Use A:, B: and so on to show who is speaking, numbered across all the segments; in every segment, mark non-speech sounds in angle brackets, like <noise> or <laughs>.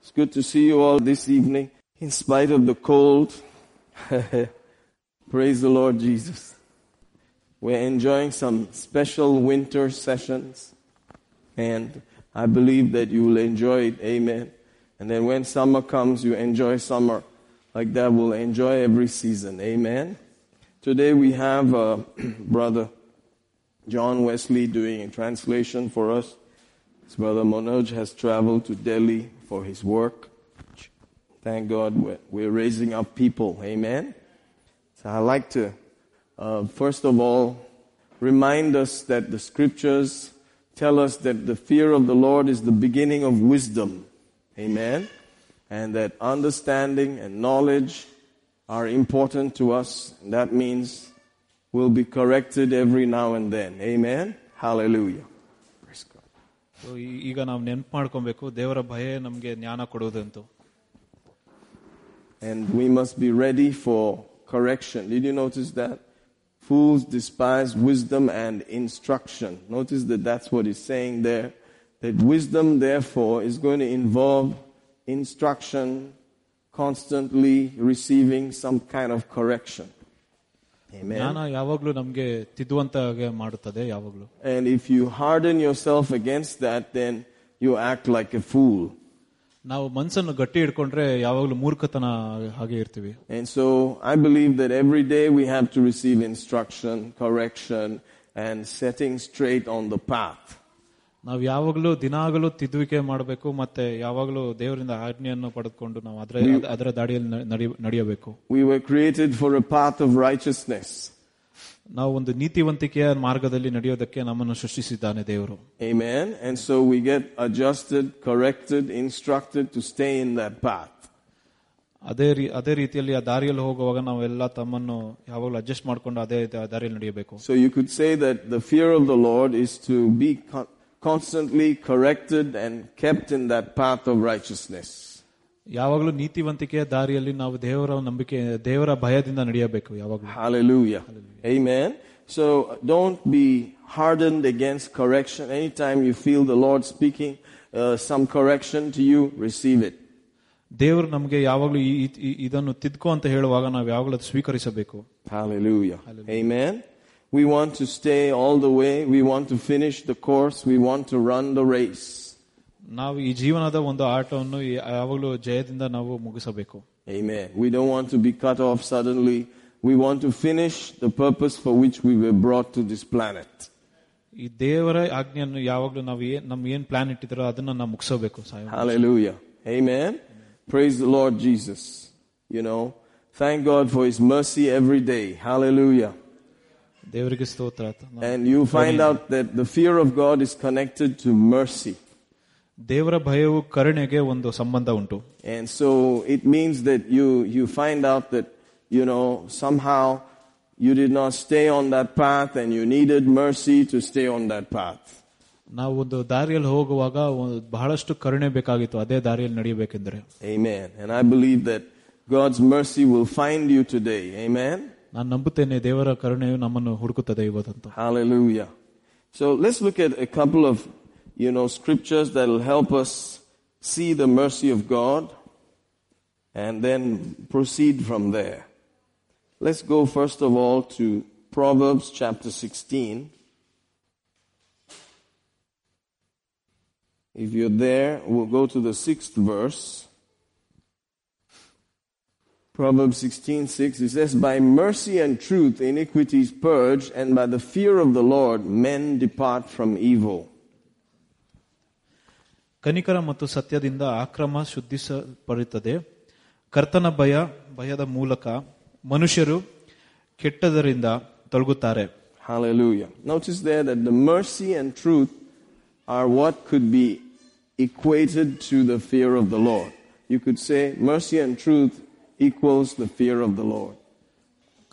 A: It's good to see you all this evening, in spite of the cold. <laughs> Praise the Lord Jesus. We're enjoying some special winter sessions, and I believe that you will enjoy it. Amen. And then when summer comes, you enjoy summer. Like that, we'll enjoy every season. Amen. Today we have uh, <clears throat> Brother John Wesley doing a translation for us. His brother Manoj has traveled to Delhi for his work. Thank God we're, we're raising up people. Amen. So I'd like to, uh, first of all, remind us that the scriptures tell us that the fear of the Lord is the beginning of wisdom. Amen. And that understanding and knowledge are important to us. And that means we'll be corrected every now and then. Amen. Hallelujah. Praise God.
B: So, ಈ- ಈಗ ನಾವು ನೆನ್ಪು ಮಾಡ್ಕೊಬೇಕು ದೇವರ ಭಯ ನಮ್ಗೆ ಜ್ಞಾನ ಕೊಡೋದಂತೂ
A: And we must be ready for correction. Did you notice that? Fools despise wisdom and instruction. Notice that that's what he's saying there. That wisdom, therefore, is going to involve instruction, constantly receiving some kind of correction.
B: ಜ್ಞಾನ
A: Amen.
B: ಯಾವಾಗ್ಲೂ ನಮ್ಗೆ ತಿದ್ದುವಂತ ಹಾಗೆ ಮಾಡುತ್ತದೆ ಯಾವಾಗ್ಲೂ
A: And if you harden yourself against that, then you act like a fool.
B: ನಾವು ಮನ್ಸನ್ನು ಗಟ್ಟಿ ಹಿಡ್ಕೊಂಡ್ರೆ ಯಾವಾಗ್ಲೂ ಮೂರ್ಖತನ ಹಾಗೆ ಇರ್ತೀವಿ
A: And so I believe that every day we have to receive instruction, correction, and setting straight on the path.
B: ನಾವು ಯಾವಾಗ್ಲೂ ದಿನಾಗಲೂ ತಿದ್ದುವಿಕೆ ಮಾಡಬೇಕು ಮತ್ತೆ ಯಾವಾಗ್ಲೂ ದೇವರಿಂದ ಆಜ್ಞೆಯನ್ನು ಪಡೆದುಕೊಂಡು ನಾವು ಅದರ ಅದರ ದಾಡಿಯಲ್ಲಿ ನ- ನಡಿ- ನಡೆಯಬೇಕು
A: We were created for a path of righteousness.
B: ನಾವು ಒಂದು ನೀತಿವಂತಿಕೆಯ ಮಾರ್ಗದಲ್ಲಿ ನಡೆಯೋದಕ್ಕೆ ನಮ್ಮನ್ನು ಸೃಷ್ಟಿಸಿದ್ದಾನೆ ದೇವರು
A: Amen. And so we get adjusted, corrected, instructed to stay in that path.
B: ಅದೇ ರೀ- ಅದೇ ರೀತಿಯಲ್ಲಿ ಆ ದಾರಿಯಲ್ಲಿ ಹೋಗುವಾಗ ನಾವೆಲ್ಲ ತಮ್ಮನ್ನು ಯಾವಾಗಲೂ ಅಡ್ಜಸ್ಟ್ ಮಾಡ್ಕೊಂಡು ಅದೇ ದ- ದಾರಿಯಲ್ಲಿ ನಡೆಯಬೇಕು
A: So you could say that the fear of the Lord is to be con- constantly corrected and kept in that path of righteousness.
B: ಯಾವಾಗಲೂ ನೀತಿವಂತಿಕೆಯ ದಾರಿಯಲ್ಲಿ ನಾವು ದೇವರ ನಂಬಿಕೆ ದೇವರ ಭಯದಿಂದ ನಡೆಯಬೇಕು ಯಾವಾಗಲೂ
A: Hallelujah. Amen. So don't be hardened against correction. Anytime you feel the Lord speaking uh, some correction to you, receive it.
B: ದೇವರು ನಮಗೆ ಯಾವಾಗಲೂ ಈ- ಈ- ಈ- ಇದನ್ನು ತಿದ್ಕೋ ಅಂತ ಹೇಳುವಾಗ ನಾವು ಯಾವಾಗಲೂ ಅದು ಸ್ವೀಕರಿಸಬೇಕು
A: Hallelujah. Amen. We want to stay all the way. We want to finish the course. We want to run the race.
B: ನಾವು ಈ ಜೀವನದ ಒಂದು ಆಟವನ್ನು ಈ- ಯಾವಾಗಲೂ ಜಯದಿಂದ ನಾವು ಮುಗಿಸಬೇಕು
A: Amen. We don't want to be cut off suddenly. We want to finish the purpose for which we were brought to this planet.
B: ಈ ದೇವರ ಆಜ್ಞೆಯನ್ನು ಯಾವಾಗಲೂ ನಾವು ಏನ್ ನಮ್ಗೆ ಏನ್ ಪ್ಲಾನ್ ಇಟ್ಟಿದ್ರೋ ಅದನ್ನ ನಾವು ಮುಗಿಸಬೇಕು ಸಾಯಂ
A: Hallelujah. Amen. Praise the Lord Jesus. You know, thank God for His mercy every day. Hallelujah.
B: ದೇವರಿಗೆ ಸ್ತೋತ್ರ ಆಯ್ತು. ನಾವು-
A: And you find out that the fear of God is connected to mercy.
B: ದೇವರ ಭಯವು ಕರುಣೆಗೆ ಒಂದು ಸಂಬಂಧ ಉಂಟು
A: And so it means that you, you find out that, you know, somehow you did not stay on that path and you needed mercy to stay on that path.
B: ನಾವು ಒಂದು ದಾರಿಯಲ್ಲಿ ಹೋಗುವಾಗ ಒಂದು- ಬಹಳಷ್ಟು ಕರುಣೆ ಬೇಕಾಗಿತ್ತು ಅದೇ ದಾರಿಯಲ್ಲಿ ನಡೆಯಬೇಕೆಂದ್ರೆ
A: Amen. And I believe that God's mercy will find you today. Amen.
B: ನಾನು ನಂಬುತ್ತೇನೆ ದೇವರ ಕರುಣೆಯು ನಮ್ಮನ್ನು ಹುಡುಕುತ್ತದೆ ಇವತ್ತಂತೂ
A: Hallelujah. So let's look at a couple of, you know, scriptures that will help us see the mercy of God and then proceed from there. Let's go first of all to Proverbs chapter 16. If you're there, we'll go to the sixth verse. Proverbs 16:6 it says, By mercy and truth iniquity is purged, and by the fear of the Lord men depart from evil.
B: ಕನಿಕರ ಮತ್ತು ಸತ್ಯದಿಂದ ಆಕ್ರಮ ಶುದ್ಧಿಸಲ್ಪಡುತ್ತದೆ ಕರ್ತನ ಭಯ ಭಯದ ಮೂಲಕ ಮನುಷ್ಯರು ಕೆಟ್ಟದರಿಂದ ತೊಲಗುತ್ತಾರೆ
A: Hallelujah. Notice there that the mercy and truth are what could be equated to the fear of the Lord. You could say mercy and truth equals the fear of the Lord.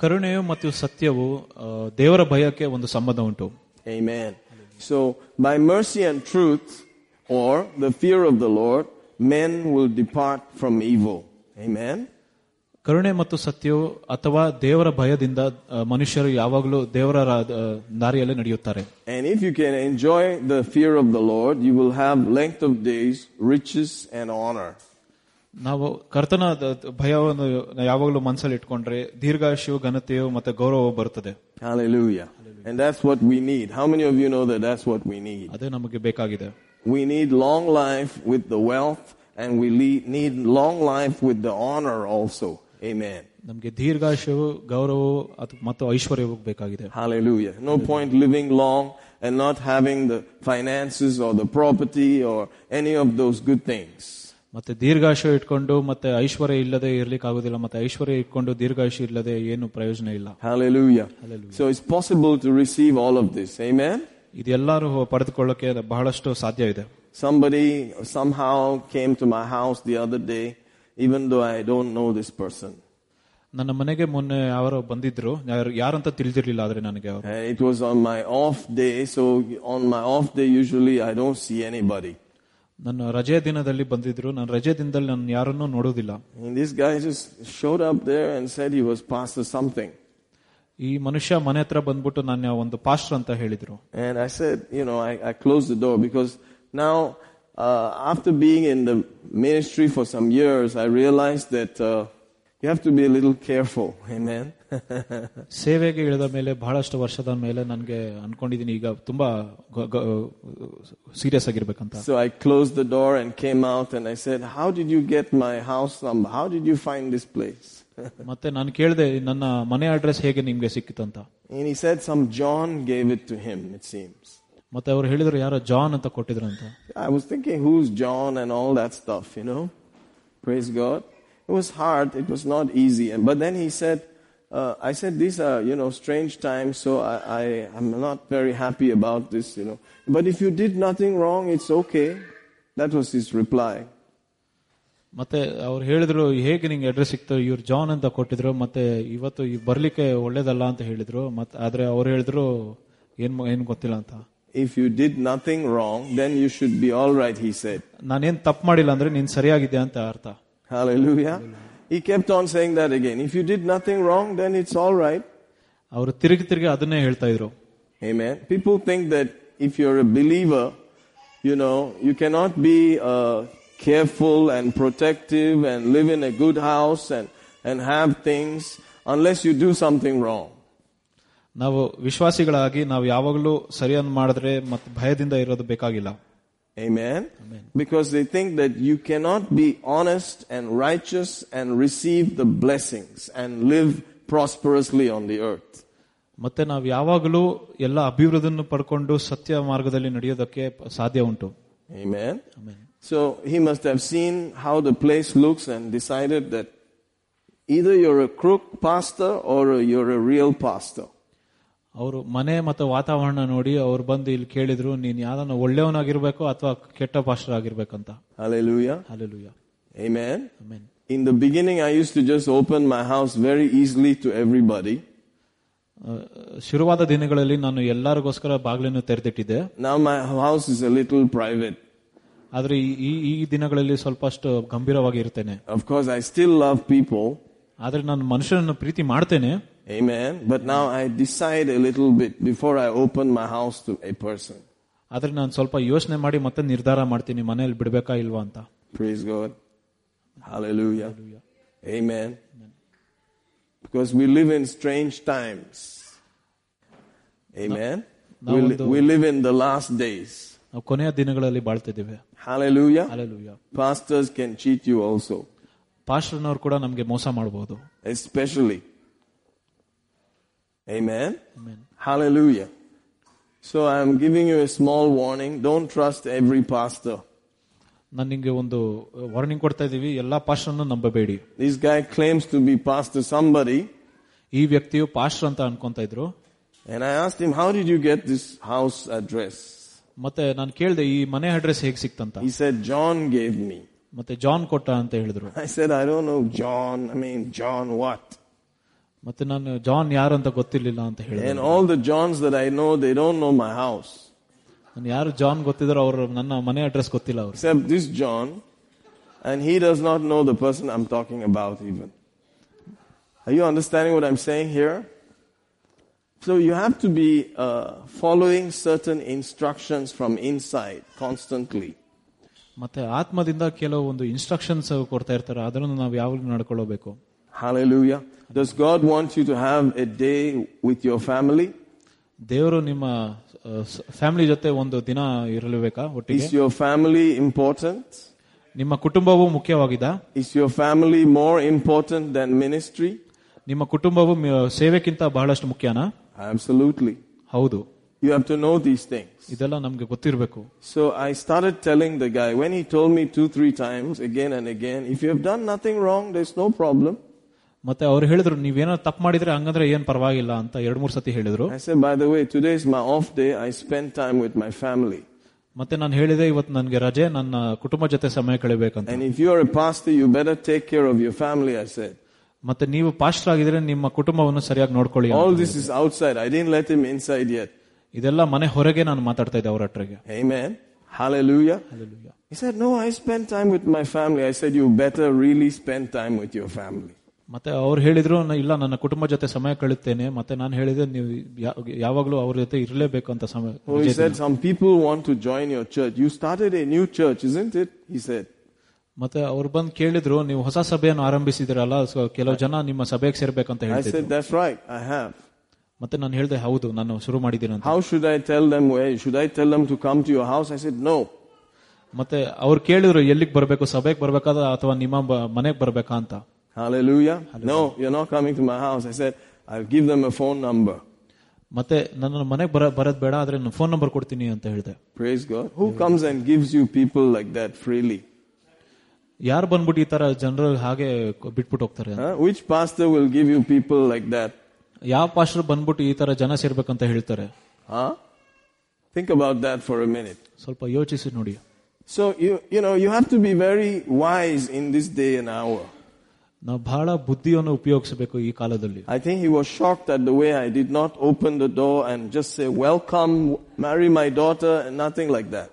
B: ಕರುಣೆಯು ಮತ್ತು ಸತ್ಯವು ಆ, ದೇವರ ಭಯಕ್ಕೆ ಒಂದು ಸಂಬಂಧ ಉಂಟು
A: Amen. So, by mercy and truth, or the fear of the Lord, men will depart from evil. Amen.
B: ಕರುಣೆ ಮತ್ತು ಸತ್ಯವು ಅಥವಾ ದೇವರ ಭಯದಿಂದ ಆ, ಮನುಷ್ಯರು ಯಾವಾಗಲೂ ದೇವರ ರಾ- ಆ, ದಾರಿಯಲ್ಲಿ ನಡೆಯುತ್ತಾರೆ
A: And if you can enjoy the fear of the Lord, you will have length of days, riches, and honor.
B: ನಾವು ಕರ್ತನ ದ- ದ- ಭಯವನ್ನು ಯಾವಾಗಲೂ ಮನಸ್ಸಲ್ಲಿ ಇಟ್ಕೊಂಡ್ರೆ ದೀರ್ಘಾಶಿಯು ಘನತೆಯು ಮತ್ತೆ ಗೌರವ ಬರುತ್ತದೆ
A: Hallelujah. And that's what we need. How many of you know that that's what we need?
B: ಅದೇ ನಮಗೆ ಬೇಕಾಗಿದೆ
A: We need long life with the wealth, and we le- need long life with the honor also. Amen.
B: ನಮಗೆ ದೀರ್ಘಾಶಯವು ಗೌರವವು ಅತ್- ಮತ್ತು ಐಶ್ವರ್ಯವು ಬೇಕಾಗಿದೆ
A: Hallelujah. No point living long and not having the finances or the property or any of those good things.
B: ಮತ್ತೆ ದೀರ್ಘಾಶಯ ಇಟ್ಕೊಂಡು ಮತ್ತೆ ಐಶ್ವರ್ಯ ಇಲ್ಲದೆ ಇರ್ಲಿಕ್ಕೆ ಆಗುದಿಲ್ಲ ಮತ್ತೆ ಐಶ್ವರ್ಯ ಇಟ್ಕೊಂಡು ದೀರ್ಘಾಶಯ ಇಲ್ಲದೆ ಏನು ಪ್ರಯೋಜನ ಇಲ್ಲ
A: Hallelujah. So it's possible to receive all of this. Amen.
B: ಇದೆಲ್ಲರೂ ಪಡೆದುಕೊಳ್ಳಕ್ಕೆ ಬಹಳಷ್ಟು ಸಾಧ್ಯ ಇದೆ
A: Somebody somehow came to my house the other day, even though I don't know this person.
B: ನನ್ನ ಮನೆಗೆ ಮೊನ್ನೆ ಯಾರೋ ಬಂದಿದ್ರು ಯಾರು- ಯಾರಂತ ತಿಳಿದಿರ್ಲಿಲ್ಲ ಆದ್ರೆ ನನಗೆ ಅವರು
A: And it was on my off day, so on my off day, usually I don't see anybody.
B: ನನ್ನ ರಜೆ ದಿನದಲ್ಲಿ ಬಂದಿದ್ರು ನನ್ನ ರಜೆ ದಿನದಲ್ಲಿ ನಾನು ಯಾರನ್ನೂ ನೋಡೋದಿಲ್ಲ
A: And this guy just showed up there and said he was pastor something.
B: ಈ ಮನುಷ್ಯ ಮನೆ ಹತ್ರ ಬಂದ್ಬಿಟ್ಟು ನಾನು ಒಂದು ಪಾಸ್ಟರ್ ಅಂತ ಹೇಳಿದ್ರು
A: And I said, you know, I, I closed the door because now, uh, after being in the ministry for some years, I realized that uh, you have to be a little careful. <laughs> Amen.
B: ಸೇವೆಗೆ ಇಳಿದ ಮೇಲೆ ಬಹಳಷ್ಟು ವರ್ಷದ ಮೇಲೆ ನನಗೆ ಅನ್ಕೊಂಡಿದ್ದೀನಿ ಈಗ ತುಂಬಾ ಸೀರಿಯಸ್ ಆಗಿರ್ಬೇಕಂತ
A: so I closed the door and came out and I said, How did you get my house number? How did you find this place?
B: ಮತ್ತೆ ನಾನು ಕೇಳಿದೆ ನನ್ನ ಮನೆ ಅಡ್ರೆಸ್ ಹೇಗೆ ನಿಮ್ಗೆ ಸಿಕ್ಕಿತಂತ
A: And he said, Some John gave it to him, it seems.
B: ಮತ್ತೆ ಅವ್ರು ಹೇಳಿದ್ರು ಯಾರೋ ಜಾನ್ ಅಂತ ಕೊಟ್ಟಿದ್ರಂತ
A: I was thinking, who's John and all that stuff, you know? Praise God. It was hard. It was not easy. And, but then he said, uh, I said, these are, you know, strange times, so I, I, I'm not very happy about this, you know. But if you did nothing wrong, it's okay. That was his reply.
B: ಮತ್ತೆ ಅವ್ರು ಹೇಳಿದ್ರು ಹೇಗೆ ನಿಂಗೆ address ಸಿಕ್ತು ಇವ್ರು John ಅಂತ ಕೊಟ್ಟಿದ್ರು ಮತ್ತೆ ಇವತ್ತು ಇವ್ ಬರ್ಲಿಕ್ಕೆ ಒಳ್ಳೇದಲ್ಲ ಅಂತ ಹೇಳಿದ್ರು ಮತ್ತೆ ಆದ್ರೆ ಅವ್ರು ಹೇಳಿದ್ರು ಏನ್ ಮ- ಏನ್ ಗೊತ್ತಿಲ್ಲ ಅಂತ
A: If you did nothing wrong, then you should be all right, he said.
B: ನಾನೇನ್ ತಪ್ಪು ಮಾಡಿಲ್ಲ ಅಂದ್ರೆ ನೀನ್ ಸರಿಯಾಗಿದ್ಯಾ ಅಂತ ಅರ್ಥ
A: Hallelujah. He kept on saying that again. If you did nothing wrong, then it's all right.
B: ಅವರು ತಿರುಗಿ ತಿರುಗಿ ಅದನ್ನೇ ಹೇಳ್ತಾ ಇದ್ರು
A: Amen. People think that if you're a believer, you know, you cannot be uh, careful and protective and live in a good house and, and have things unless you do something wrong.
B: ನಾವು ವಿಶ್ವಾಸಿಗಳಾಗಿ ನಾವು ಯಾವಾಗಲೂ ಸರಿಯನ್ನು ಮಾಡಿದ್ರೆ ಮತ್ತೆ ಭಯದಿಂದ ಇರೋದು ಬೇಕಾಗಿಲ್ಲ
A: Amen? Because they think that you cannot be honest and righteous and receive the blessings and live prosperously on the earth.
B: ಮತ್ತೆ ನಾವು ಯಾವಾಗಲೂ ಎಲ್ಲ ಅಭಿವೃದ್ಧಿಯನ್ನು ಪಡ್ಕೊಂಡು ಸತ್ಯ ಮಾರ್ಗದಲ್ಲಿ ನಡೆಯೋದಕ್ಕೆ ಸಾಧ್ಯ ಉಂಟು
A: Amen?
B: ಆಮೇಲೆ
A: So he must have seen how the place looks and decided that either you're a crook pastor or you're a real pastor.
B: ಅವರು ಮನೆ ಮತ್ತು ವಾತಾವರಣ ನೋಡಿ ಅವ್ರು ಬಂದು ಇಲ್ಲಿ ಕೇಳಿದ್ರು ನೀನ್ ಯಾವ್ದನ್ನ ಒಳ್ಳೆಯವನಾಗಿರ್ಬೇಕು ಅಥವಾ ಕೆಟ್ಟ pastor ಆಗಿರ್ಬೇಕಂತ
A: Hallelujah.
B: Hallelujah
A: Amen.
B: Amen
A: In the beginning, I used to just open my house very easily to everybody.
B: ಶುರುವಾದ ದಿನಗಳಲ್ಲಿ ನಾನು ಎಲ್ಲರಿಗೋಸ್ಕರ ಬಾಗಿಲನ್ನು ತೆರೆದಿಟ್ಟಿದ್ದೆ
A: Now my house is a little private.
B: ಆದ್ರೆ ಈ- ಈ ಈ ದಿನಗಳಲ್ಲಿ ಸ್ವಲ್ಪಷ್ಟು ಗಂಭೀರವಾಗಿ ಇರ್ತೇನೆ
A: Of course, I still love people.
B: ಆದ್ರೆ ನಾನು ಮನುಷ್ಯನನ್ನು ಪ್ರೀತಿ ಮಾಡ್ತೇನೆ
A: Amen. But now I decide a little bit before I open my house to a person.
B: ಆದ್ರೆ ನಾನು ಸ್ವಲ್ಪ ಯೋಚನೆ ಮಾಡಿ ಮತ್ತೆ ನಿರ್ಧಾರ ಮಾಡ್ತೀನಿ ಮನೆಯಲ್ಲಿ ಬಿಡ್ಬೇಕಾ ಇಲ್ವಾ ಅಂತ
A: Praise God. Hallelujah. Amen. Because we live in strange times. Amen.
B: No-
A: we, li-
B: no wonder.
A: we live in the last days.
B: ನಾವು ಕೊನೆಯ ದಿನಗಳಲ್ಲಿ ಬಾಳ್ತಿದ್ದೀವಿ
A: Hallelujah.
B: Hallelujah
A: Pastors can cheat you also,
B: ಪಾಸ್ಟರ್ನವ್ರು ಕೂಡ ನಮ್ಗೆ ಮೋಸ ಮಾಡಬಹುದು
A: especially. Amen.
B: Amen
A: Hallelujah. So I'm giving you a small warning. Don't trust every pastor.
B: ನಾನು ನಿಮಗೆ ಒಂದು ವಾರ್ನಿಂಗ್ ಕೊಡ್ತಾ ಇದ್ದೀವಿ ಎಲ್ಲಾ ಪಾಸ್ಟರ್ನ ನಂಬಬೇಡಿ
A: This guy claims to be pastor somebody,
B: ಈ ವ್ಯಕ್ತಿಯು ಪಾಸ್ಟರ್ ಅಂತ ಅನ್ಕೊಂತ ಇದ್ರು
A: and I asked him, "How did you get this house address?"
B: ಮತ್ತೆ ನಾನು ಕೇಳಿದೆ ಈ ಮನೆ ಅಡ್ರೆಸ್ ಹೇಗೆ ಸಿಕ್ತಂತ
A: He said, "John gave me." <laughs>
B: ಮತ್ತೆ ಜಾನ್ ಕೊಟ್ಟ ಅಂತ ಹೇಳಿದ್ರು
A: I said, "I don't know John. I mean, John what?"
B: ಮತ್ತೆ ನಾನು ಜಾನ್ ಯಾರು ಅಂತ ಗೊತ್ತಿರ್ಲಿಲ್ಲ ಅಂತ ಹೇಳಿದೆ
A: And all the Johns that I know, they don't know my house
B: ನಾನು ಯಾರು ಜಾನ್ ಗೊತ್ತಿದ್ರು ಅವರು ನನ್ನ ಮನೆ ಅಡ್ರೆಸ್ ಗೊತ್ತಿಲ್ಲ ಅವ್ರು
A: except this John, and he does not know the person I'm talking about even. Are you understanding what I'm saying here? So you have to be uh, following certain instructions from inside constantly.
B: ಮತ್ತೆ ಆತ್ಮದಿಂದ ಕೆಲವು ಒಂದು instructions ಕೊಡ್ತಾ ಇರ್ತಾರೆ ಅದನ್ನು ನಾವು ಯಾವಾಗಲೂ ನಡ್ಕೊಳ್ಳಬೇಕು
A: Hallelujah. Does God want you to have a day with your family?
B: ದೇವರು ನಿಮ್ಮ ಫ್ಯಾಮಿಲಿ ಜೊತೆ ಒಂದು ದಿನ ಇರಲೇಬೇಕಾ ಒಟ್ಟಿಗೆ
A: Is your family important?
B: ನಿಮ್ಮ ಕುಟುಂಬವು ಮುಖ್ಯವಾಗಿದೆ
A: Is your family more important than ministry?
B: ನಿಮ್ಮ ಕುಟುಂಬವು ಮ- ಸೇವೆಕ್ಕಿಂತ ಬಹಳಷ್ಟು ಮುಖ್ಯನಾ
A: Absolutely.
B: ಹೌದು
A: You have to know these things.
B: ಇದೆಲ್ಲ ನಮ್ಗೆ ಗೊತ್ತಿರಬೇಕು
A: So I started telling the guy when he told me two, three times again and again, if you have done nothing wrong, there's no problem.
B: ಮತ್ತೆ ಅವ್ರು ಹೇಳಿದ್ರು ನೀವೇನೋ ತಪ್ಪು ಮಾಡಿದ್ರೆ ಹಂಗಂದ್ರೆ ಏನ್ ಪರವಾಗಿಲ್ಲ ಅಂತ ಎರಡ್ ಮೂರ್ ಸತಿ ಹೇಳಿದ್ರು
A: I said, by the way, today is my off day. I spend time with my family.
B: ಮತ್ತೆ ನಾನು ಹೇಳಿದೆ ಇವತ್ತು ನನ್ಗೆ ರಜೆ ನನ್ನ ಕುಟುಂಬ ಜೊತೆ ಸಮಯ ಕಳಿಬೇಕಂತ
A: And if you are a pastor, you better take care of your family, I said.
B: ಮತ್ತೆ ನೀವು ಪಾಸ್ಟರ್ ಆಗಿದ್ರೆ ನಿಮ್ಮ ಕುಟುಂಬವನ್ನು ಸರಿಯಾಗಿ ನೋಡ್ಕೊಳ್ಳಿ ಅಂತ.
A: All this is outside. I didn't let him inside yet.
B: ಇದೆಲ್ಲ ಮನೆ ಹೊರಗೆ ನಾನು ಮಾತಾಡ್ತಾ ಇದ್ದೆ ಅವ್ರ ಹತ್ರಗೆ
A: Amen. Hallelujah.
B: Hallelujah.
A: He said, No, I spend time with my family. I said, You better really spend time with your family.
B: ಮತ್ತೆ ಅವ್ರು ಹೇಳಿದ್ರು "ನ- ಇಲ್ಲ ನನ್ನ ಕುಟುಂಬ ಜೊತೆ ಸಮಯ ಕಳೆಯುತ್ತೇನೆ ಮತ್ತೆ ನಾನು ಹೇಳಿದೆ ನೀವು ಯಾ- ಯಾವಾಗ್ಲೂ ಅವ್ರ ಜೊತೆ ಇರಲೇಬೇಕು ಅಂತ ಸಮಯ
A: Oh, he said, Some people want to join your church. You started a new church, isn't it? He said,
B: ಮತ್ತೆ ಅವ್ರು ಬಂದು ಕೇಳಿದ್ರು ನೀವು ಹೊಸ ಸಭೆಯನ್ನು ಆರಂಭಿಸಿದಿರಲ್ಲ ಸೊ ಕೆಲವು ಜನ ನಿಮ್ಮ ಸಭೆಗೆ ಸೇರ್ಬೇಕಂತ
A: I
B: ಹೇಳ್ತಿದ್ರು
A: said, That's right, I have.
B: ಮತ್ತೆ ನಾನು ಹೇಳಿದೆ ಹೌದು ನಾನು ಶುರು ಮಾಡಿದ್ದೀನಿ ಅಂತ
A: How should I tell them where? Should I tell them to come to your house? I said, No.
B: ಮತ್ತೆ ಅವ್ರು ಕೇಳಿದ್ರು ಎಲ್ಲಿಗೆ ಬರಬೇಕು ಸಭೆಗೆ ಬರ್ಬೇಕಾದ ಅಥವಾ ನಿಮ್ಮ ಬ- ಮನೆಗೆ ಬರ್ಬೇಕಾ ಅಂತ
A: Hallelujah. No, you're not coming to my house. I said, I'll give them a phone number.
B: ಮತ್ತೆ ನನ್ನ ಮನೆಗೆ ಬರ ಬರೋದ್ ಬೇಡ ಆದ್ರೆ ನನ್ನ ಫೋನ್ ನಂಬರ್ ಕೊಡ್ತೀನಿ ಅಂತ ಹೇಳಿದೆ
A: Praise God. Who comes and gives you people like that freely?
B: ಯಾರು ಬಂದ್ಬಿಟ್ಟು ಈ ತರ ಜನರು ಹಾಗೆ ಕ- ಬಿಟ್ಬಿಟ್ಟು ಹೋಗ್ತಾರೆ ಅಂತ?
A: Huh? Which pastor will give you people like that?
B: ಯಾವ ಪಾಸ್ಟರ್ ಬಂದ್ಬಿಟ್ಟು ಈ ತರ ಜನ ಸೇರ್ಬೇಕಂತ ಹೇಳ್ತಾರೆ
A: Huh? Think about that for a minute.
B: ಸ್ವಲ್ಪ ಯೋಚಿಸಿ ನೋಡಿ
A: So you you know you have to be very wise in this day and hour.
B: ನಾವು ಬಹಳ ಬುದ್ಧಿಯನ್ನು ಉಪಯೋಗಿಸಬೇಕು ಈ ಕಾಲದಲ್ಲಿ
A: I think he was shocked at the way I did not open the door and just say welcome, marry my daughter, and nothing like that.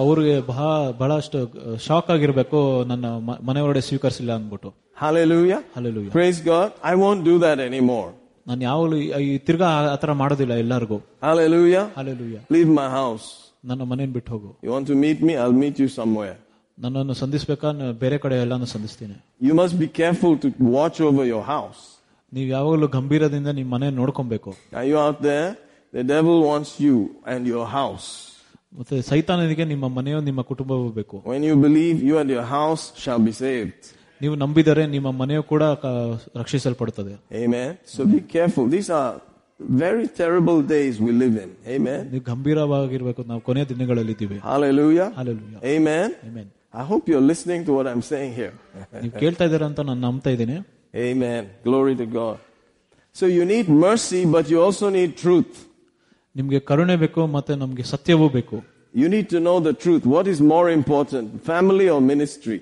B: ಅವ್ರಿಗೆ ಬಹಳ ಬಹಳಷ್ಟು shock ಆಗಿರ್ಬೇಕು ನನ್ನ ಮ- ಮನೆ ಒಳಗಡೆ ಸ್ವೀಕರಿಸಿಲ್ಲ ಅಂದ್ಬಿಟ್ಟು
A: Hallelujah.
B: ಅಲ್ಲೂ
A: Praise God. I won't do that anymore.
B: ನಾನು ಯಾವಾಗಲೂ ಈ- ಈ ತಿರ್ಗಾ ಆ- ಆತರ ಮಾಡೋದಿಲ್ಲ ಎಲ್ಲರಿಗೂ
A: Hallelujah.
B: Alleluia
A: Leave my house.
B: ನನ್ನ ಮನೇನ್ ಬಿಟ್ಟು ಹೋಗು
A: You want to meet me? I'll meet you somewhere.
B: ನನ್ನನ್ನು ಸಂಧಿಸ್ಬೇಕಾ ನಾನು ಬೇರೆ ಕಡೆ ಎಲ್ಲಾನು ಸಂಧಿಸ್ತೀನಿ
A: You must be careful to watch over your house.
B: ನೀವು ಯಾವಾಗಲೂ ಗಂಭೀರದಿಂದ ನಿಮ್ಮ ಮನೆ ನೋಡ್ಕೊಬೇಕು
A: Are you out there? The devil wants you and your house.
B: ಮತ್ತೆ ಸೈತಾನನಿಗೆ ನಿಮ್ಮ ಮನೆಯು ನಿಮ್ಮ ಕುಟುಂಬವೂ ಬೇಕು
A: When you believe, you and your house shall be saved.
B: ನೀವು ನಂಬಿದರೆ ನಿಮ್ಮ ಮನೆಯು ಕೂಡ ಕ- ರಕ್ಷಿಸಲ್ಪಡುತ್ತದೆ
A: Amen. So be careful. These are very terrible days we live in. Amen.
B: ನೀವು ಗಂಭೀರವಾಗಿರ್ಬೇಕು ನಾವು ಕೊನೆಯ ದಿನಗಳಲ್ಲಿ ಇದ್ದೀವಿ
A: Hallelujah.
B: Hallelujah.
A: Amen.
B: Amen.
A: I hope you're listening to what I'm saying here.
B: ನೀವು ಕೇಳ್ತಾ ಇದ್ದೀರಾ ಅಂತ ನಾನು ನಂಬ್ತಾ ಇದ್ದೀನಿ
A: Amen. Glory to God. So you need mercy, but you also need truth.
B: ನಿಮ್ಗೆ ಕರುಣೆ ಬೇಕು ಮತ್ತೆ ನಮ್ಗೆ ಸತ್ಯವೂ ಬೇಕು
A: You need to know the truth. What is more important, family or ministry?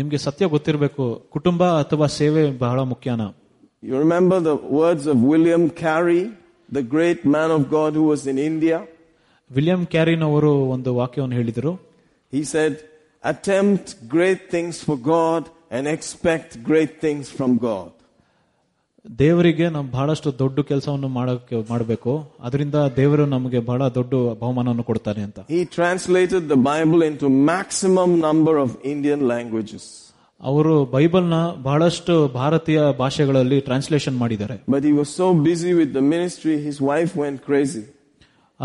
B: ನಿಮ್ಗೆ ಸತ್ಯ ಗೊತ್ತಿರಬೇಕು ಕುಟುಂಬ ಅಥವಾ ಸೇವೆ ಬಹಳ ಮುಖ್ಯನ
A: You remember the words of William Carey, the great man of God who was in India?
B: William ಕ್ಯಾರಿನ್ ಅವರು ಒಂದು ವಾಕ್ಯವನ್ನು ಹೇಳಿದರು
A: He said, Attempt great things for God and expect great things from God.
B: ದೇವರಿಗೆ ನಾವು ಬಹಳಷ್ಟು ದೊಡ್ಡ ಕೆಲಸವನ್ನು ಮಾಡಕ್ಕೆ ಮಾಡಬೇಕು ಅದರಿಂದ ದೇವರು ನಮಗೆ ಬಹಳ ದೊಡ್ಡ ಬಹುಮಾನವನ್ನು ಕೊಡ್ತಾನೆ ಅಂತ
A: He translated the Bible into maximum number of Indian languages.
B: ಅವರು ಬೈಬಲ್ನ ಬಹಳಷ್ಟು ಭಾರತೀಯ ಭಾಷೆಗಳಲ್ಲಿ ಟ್ರಾನ್ಸ್ಲೇಷನ್ ಮಾಡಿದ್ದಾರೆ
A: But he was so busy with the ministry, his wife went crazy.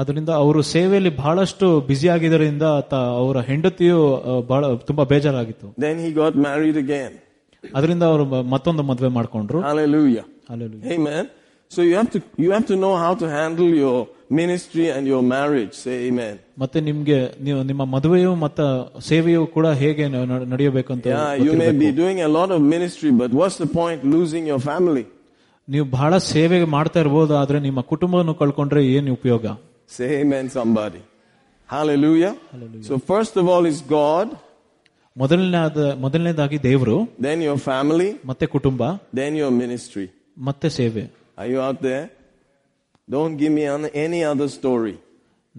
B: ಅದರಿಂದ ಅವರು ಸೇವೆಯಲ್ಲಿ ಬಹಳಷ್ಟು ಬ್ಯುಸಿ ಆಗಿದ್ದರಿಂದ ತ- ಅವರ ಹೆಂಡತಿಯು ಆ, ಬಹಳ ತುಂಬಾ ಬೇಜಾರಾಗಿತ್ತು
A: Then he got married again.
B: ಅದರಿಂದ ಅವರು ಮ- ಮತ್ತೊಂದು ಮದುವೆ ಮಾಡ್ಕೊಂಡ್ರು
A: Hallelujah.
B: Hallelujah.
A: Amen. So you have to you have to know how to handle your ministry and your marriage. Say amen.
B: ಮತ್ತೆ ನಿಮ್ಗೆ ನೀವು ನಿಮ್ಮ ಮದುವೆಯು ಮತ್ತೆ ಸೇವೆಯು ಕೂಡ ಹೇಗೆ ನ- ನ- ನಡೆಯಬೇಕಂತ
A: Yeah, you may be doing a lot of ministry, but what's the point losing your family?
B: ನೀವು ಬಹಳ ಸೇವೆ ಮಾಡ್ತಾ ಇರ್ಬೋದು ಆದ್ರೆ ನಿಮ್ಮ ಕುಟುಂಬವನ್ನು ಕಳ್ಕೊಂಡ್ರೆ ಏನ್ ಉಪಯೋಗ
A: Say amen, somebody. Hallelujah. So first of all is God,
B: ಮೊದಲನೇದ ಮೊದಲನೇದಾಗಿ ದೇವರು
A: then your family,
B: ಮತ್ತೆ ಕುಟುಂಬ
A: then your ministry.
B: ಮತ್ತೆ ಸೇವೆ
A: Are you out there? Don't give me an- any other story.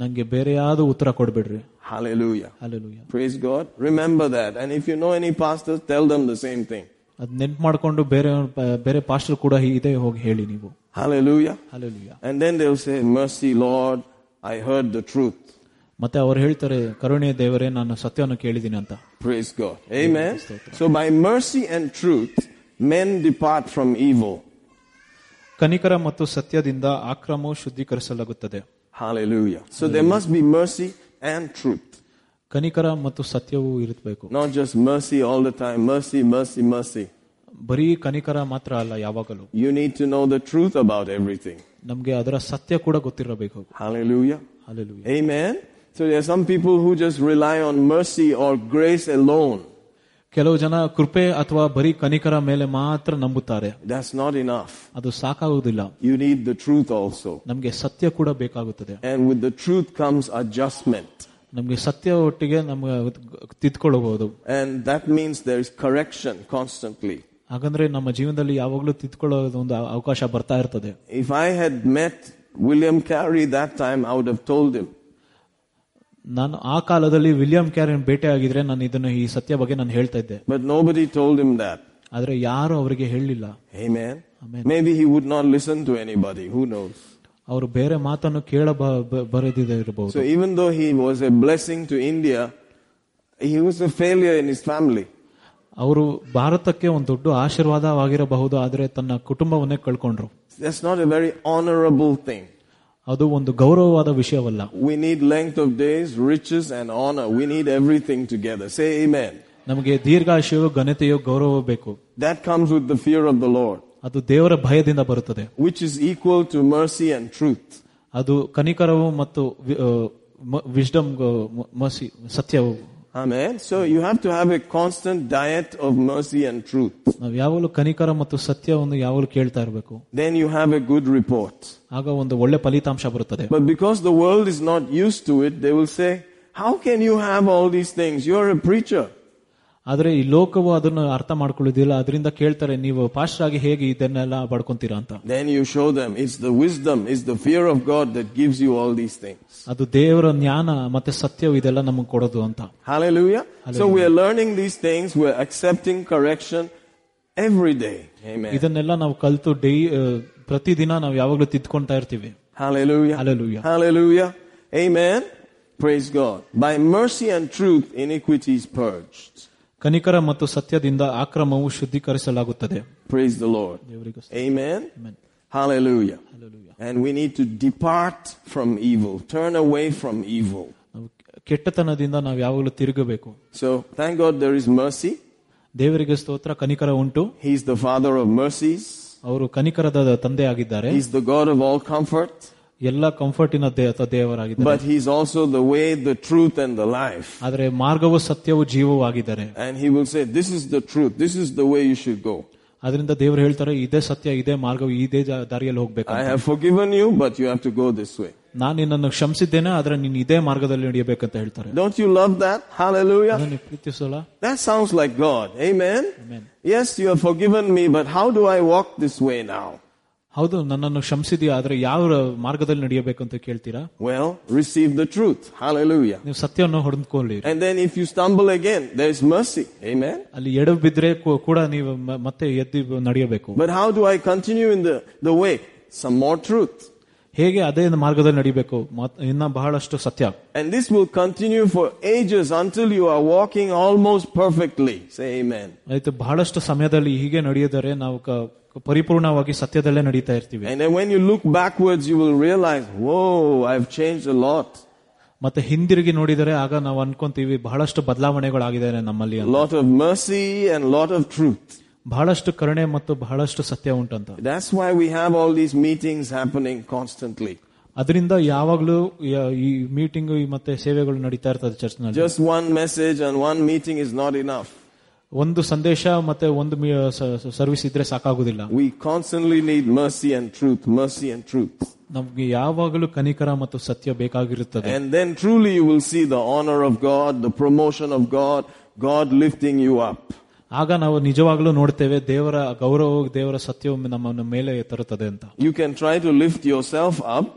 B: ನಂಗೆ ಬೇರೆ ಯಾವ್ದು ಉತ್ತರ ಕೊಡ್ಬೇಡ್ರಿ
A: Hallelujah.
B: Alleluia
A: Praise God. Remember that. And if you know any pastors, tell them the same thing.
B: ಅದ್ ನೆನ್ಪು ಮಾಡ್ಕೊಂಡು ಬೇರೆ ಬೇರೆ ಪಾಸ್ಟರ್ ಕೂಡ ಇದೆ ಹೋಗಿ ಹೇಳಿ ನೀವು
A: Hallelujah.
B: Alleluia
A: And then they'll say, Mercy, Lord, I heard the truth.
B: ಮತ್ತೆ ಅವ್ರು ಹೇಳ್ತಾರೆ ಕರುಣೆ ದೇವರೇ ನಾನು ಸತ್ಯವನ್ನು ಕೇಳಿದ್ದೀನಿ ಅಂತ
A: Praise God. Amen. So by mercy and truth, men depart from evil.
B: ಕನಿಕರ ಮತ್ತು ಸತ್ಯದಿಂದ ಆಕ್ರಮವು ಶುದ್ಧೀಕರಿಸಲಾಗುತ್ತದೆ
A: Hallelujah. So there must be mercy and truth.
B: ಕನಿಕರ ಮತ್ತು ಸತ್ಯವೂ ಇರಬೇಕು
A: Not just mercy all the time. Mercy, mercy, mercy.
B: ಬರೀ ಕನಿಕರ ಮಾತ್ರ ಅಲ್ಲ ಯಾವಾಗಲೂ
A: You need to know the truth about everything.
B: ನಮ್ಗೆ ಅದರ ಸತ್ಯ ಕೂಡ ಗೊತ್ತಿರಬೇಕು
A: Hallelujah.
B: ಅಲ್ಲೆಲ್ಲೂ
A: Amen. So there are some people who just rely on mercy or grace alone.
B: ಕೆಲವು ಜನ ಕೃಪೆ ಅಥವಾ ಬರೀ ಕನಿಕರ ಮೇಲೆ ಮಾತ್ರ ನಂಬುತ್ತಾರೆ
A: That's not enough.
B: ಅದು ಸಾಕಾಗುವುದಿಲ್ಲ
A: You need the truth also.
B: ನಮ್ಗೆ ಸತ್ಯ ಕೂಡ ಬೇಕಾಗುತ್ತದೆ
A: And with the truth comes adjustment.
B: ನಮ್ಗೆ ಸತ್ಯ ಒಟ್ಟಿಗೆ ನಮ್ಗೆ ತಿದ್ಕೊಳ್ಳಬಹುದು
A: And that means there is correction constantly.
B: ಹಾಗಂದ್ರೆ ನಮ್ಮ ಜೀವನದಲ್ಲಿ ಯಾವಾಗ್ಲೂ ತಿದ್ಕೊಳ್ಳೋದು ಒಂದು ಅವಕಾಶ ಬರ್ತಾ ಇರ್ತದೆ
A: If I had met William Carey that time, I would have told him,
B: ನಾನು ಆ ಕಾಲದಲ್ಲಿ ವಿಲಿಯಂ ಕ್ಯಾರನ್ ಭೇಟಿ ಆಗಿದ್ರೆ ನಾನು ಇದನ್ನು ಈ ಸತ್ಯ ಬಗ್ಗೆ ನಾನು ಹೇಳ್ತಾ ಇದ್ದೆ
A: but nobody told him that.
B: ಆದ್ರೆ ಯಾರು ಅವರಿಗೆ ಹೇಳಿಲ್ಲ
A: Amen.
B: Amen.
A: Maybe he would not listen to anybody. Who knows?
B: ಅವರು ಬೇರೆ ಮಾತನ್ನು ಕೇಳ ಬರೆದಿದೆ ಇರಬಹುದು
A: So even though he was a blessing to India, he was a failure in his family.
B: ಅವರು ಭಾರತಕ್ಕೆ ಒಂದು ದೊಡ್ಡ ಆಶೀರ್ವಾದವಾಗಿರಬಹುದು ಆದ್ರೆ ತನ್ನ ಕುಟುಂಬವನ್ನೇ ಕಳ್ಕೊಂಡ್ರು
A: That's not a very honorable thing.
B: ಅದು ಒಂದು ಗೌರವವಾದ ವಿಷಯವಲ್ಲ
A: We need length of days, riches, and honor. We need everything together. Say amen.
B: ನಮಗೆ ದೀರ್ಘಾಶಯೋ ಘನತೆಯೋ ಗೌರವ ಬೇಕು
A: That comes with the fear of the Lord,
B: ಅದು ದೇವರ ಭಯದಿಂದ ಬರುತ್ತದೆ
A: which is equal to mercy and truth.
B: ಅದು ಕನಿಕರವು ಮತ್ತು ವಿಸ್ಡಮ್ ಮಸಿ ಸತ್ಯವು
A: Amen. So you have to have a constant diet of mercy and truth.
B: ನಾವು ಯಾವಾಗಲೂ ಕನಿಕರ ಮತ್ತು ಸತ್ಯವನ್ನು ಯಾವಾಗಲೂ ಕೇಳ್ತಾ ಇರಬೇಕು
A: Then you have a good report.
B: ಆಗ ಒಂದು ಒಳ್ಳೆ ಫಲಿತಾಂಶ ಬರುತ್ತದೆ
A: But because the world is not used to it, they will say, How can you have all these things? You're a preacher.
B: ಆದ್ರೆ ಈ ಲೋಕವು ಅದನ್ನು ಅರ್ಥ ಮಾಡ್ಕೊಳ್ಳೋದಿಲ್ಲ ಅದರಿಂದ ಕೇಳ್ತಾರೆ ನೀವು ಪಾಸ್ಟರ್ ಆಗಿ ಹೇಗೆ ಇದನ್ನೆಲ್ಲ ಪಡ್ಕೊಂತೀರಾ ಅಂತ
A: Then you show them it's the wisdom, it's the fear of God that gives you all these things.
B: ಅದು ದೇವರ ಜ್ಞಾನ ಮತ್ತೆ ಸತ್ಯವು ಇದೆಲ್ಲ ನಮಗೆ ಕೊಡೋದು ಅಂತ
A: Hallelujah. So we are learning these things, we're accepting correction every day. Amen.
B: ಇದನ್ನೆಲ್ಲ ನಾವು ಕಲ್ತು ಡೈ ಆ, ಪ್ರತಿದಿನ ನಾವು ಯಾವಾಗ್ಲೂ ತಿದ್ಕೊಂತಾ ಇರ್ತೀವಿ
A: Hallelujah.
B: Hallelujah.
A: Hallelujah. Amen. Praise God. By mercy and truth, iniquity is purged.
B: ಕನಿಕರ ಮತ್ತು ಸತ್ಯದಿಂದ ಆಕ್ರಮವು ಶುದ್ಧೀಕರಿಸಲಾಗುತ್ತದೆ
A: Praise the Lord.
B: ದೇವರಿಗೆ ಸ್ತೋತ್ರ.
A: Amen.
B: Amen.
A: Hallelujah.
B: Hallelujah.
A: And we need to depart from evil, turn away from evil.
B: ನಾವು ಕೆಟ್ಟತನದಿಂದ ನಾವು ಯಾವಾಗಲೂ ತಿರುಗಬೇಕು
A: So thank God there is mercy.
B: ದೇವರಿಗೆ ಸ್ತೋತ್ರ ಕನಿಕರ ಉಂಟು
A: He's the Father of mercies.
B: ಅವರು ಕನಿಕರದ ತಂದೆ ಆಗಿದ್ದಾರೆ
A: He's the God of all comfort.
B: ಎಲ್ಲ ಕಂಫರ್ಟಿನ ದೇ- ತ- ದೇವರಾಗಿದ್ದಾರೆ
A: But He's also the way, the truth, and the life.
B: ಆದರೆ ಮಾರ್ಗವು ಸತ್ಯವು ಜೀವವೂ ಆಗಿದ್ದಾರೆ
A: And He will say, This is the truth. This is the way you should go.
B: ಅದರಿಂದ ದೇವರು ಹೇಳ್ತಾರೆ ಇದೇ ಸತ್ಯ ಇದೇ ಮಾರ್ಗವು ಇದೇ ಜ- ದಾರಿಯಲ್ಲಿ ಹೋಗ್ಬೇಕು
A: I have forgiven you, but you have to go this way.
B: ನಾನು ನಿನ್ನನ್ನು ಕ್ಷಮಿಸಿದ್ದೇನೆ ಆದ್ರೆ ನೀನು ಇದೇ ಮಾರ್ಗದಲ್ಲಿ ನಡೆಯಬೇಕಂತ ಹೇಳ್ತಾರೆ
A: Don't you love that? Hallelujah.
B: ಅದನ್ನು ಪ್ರೀತಿಸೋಲ್ಲ
A: That sounds like God. Amen.
B: Amen.
A: Yes, you have forgiven me, but how do I walk this way now?
B: ಹೌದು ನನ್ನನ್ನು ಕ್ಷಮಿಸಿದೀಯ ಆದ್ರೆ ಯಾವ ಮಾರ್ಗದಲ್ಲಿ ನಡೆಯಬೇಕಂತ ಕೇಳ್ತೀರಾ
A: Well, receive the truth. Hallelujah.
B: ನೀವು ಸತ್ಯವನ್ನು ಹೊಡೆದುಕೊಳ್ಳಿ
A: And then if you stumble again, there is mercy. Amen.
B: ಅಲ್ಲಿ ಎಡ ಬಿದ್ರೆ ಕೂ- ಕೂಡ ನೀವು ಮ- ಮತ್ತೆ ಎದ್ದು ನಡೆಯಬೇಕು
A: But how do I continue in the, the way? Some more truth.
B: ಹೇಗೆ ಅದೇ ಮಾರ್ಗದಲ್ಲಿ ನಡಿಬೇಕು ಮತ್- ಇನ್ನ ಬಹಳಷ್ಟು ಸತ್ಯ
A: And this will continue for ages until you are walking almost perfectly. Say amen.
B: ಆಯ್ತು ಬಹಳಷ್ಟು ಸಮಯದಲ್ಲಿ ಹೀಗೆ ನಡೆಯಿದರೆ ನಾವು ಕ- ಪರಿಪೂರ್ಣವಾಗಿ ಸತ್ಯದಲ್ಲೇ ನಡೀತಾ ಇರ್ತೀವಿ
A: And then when you look backwards, you will realize, whoa, I've changed a lot.
B: ಮತ್ತೆ ಹಿಂದಿರುಗಿ ನೋಡಿದರೆ ಆಗ ನಾವು ಅನ್ಕೊಂತೀವಿ ಬಹಳಷ್ಟು ಬದಲಾವಣೆಗಳಾಗಿದ್ದಾರೆ ನಮ್ಮಲ್ಲಿ
A: A
B: ಅಂತ.
A: lot of mercy and a lot of truth.
B: ಬಹಳಷ್ಟು ಕರುಣೆ ಮತ್ತು ಬಹಳಷ್ಟು ಸತ್ಯ ಉಂಟಂತ
A: That's why we have all these meetings happening constantly.
B: ಅದರಿಂದ ಯಾವಾಗ್ಲೂ ಯ- ಈ ಮೀಟಿಂಗ್ ಮತ್ತೆ ಸೇವೆಗಳು ನಡೀತಾ ಇರ್ತದೆ ಚರ್ಚ್ ನಲ್ಲಿ
A: Just one message and one meeting is not enough.
B: ಒಂದು ಸಂದೇಶ ಮತ್ತೆ ಒಂದು ಸರ್ವಿಸ್ ಇದ್ರೆ ಸಾಕಾಗುದಿಲ್ಲ
A: We constantly need mercy and truth, mercy and truth.
B: ನಮ್ಗೆ ಯಾವಾಗಲೂ ಕನಿಕರ ಮತ್ತು ಸತ್ಯ ಬೇಕಾಗಿರುತ್ತದೆ
A: And then truly you will see the honor of God, the promotion of God, God lifting you up.
B: ಆಗ ನಾವು ನಿಜವಾಗ್ಲೂ ನೋಡ್ತೇವೆ ದೇವರ ಗೌರವ ದೇವರ ಸತ್ಯವು ನಮ್ಮ ಮೇಲೆ ತರುತ್ತದೆ ಅಂತ
A: You can try to lift yourself up,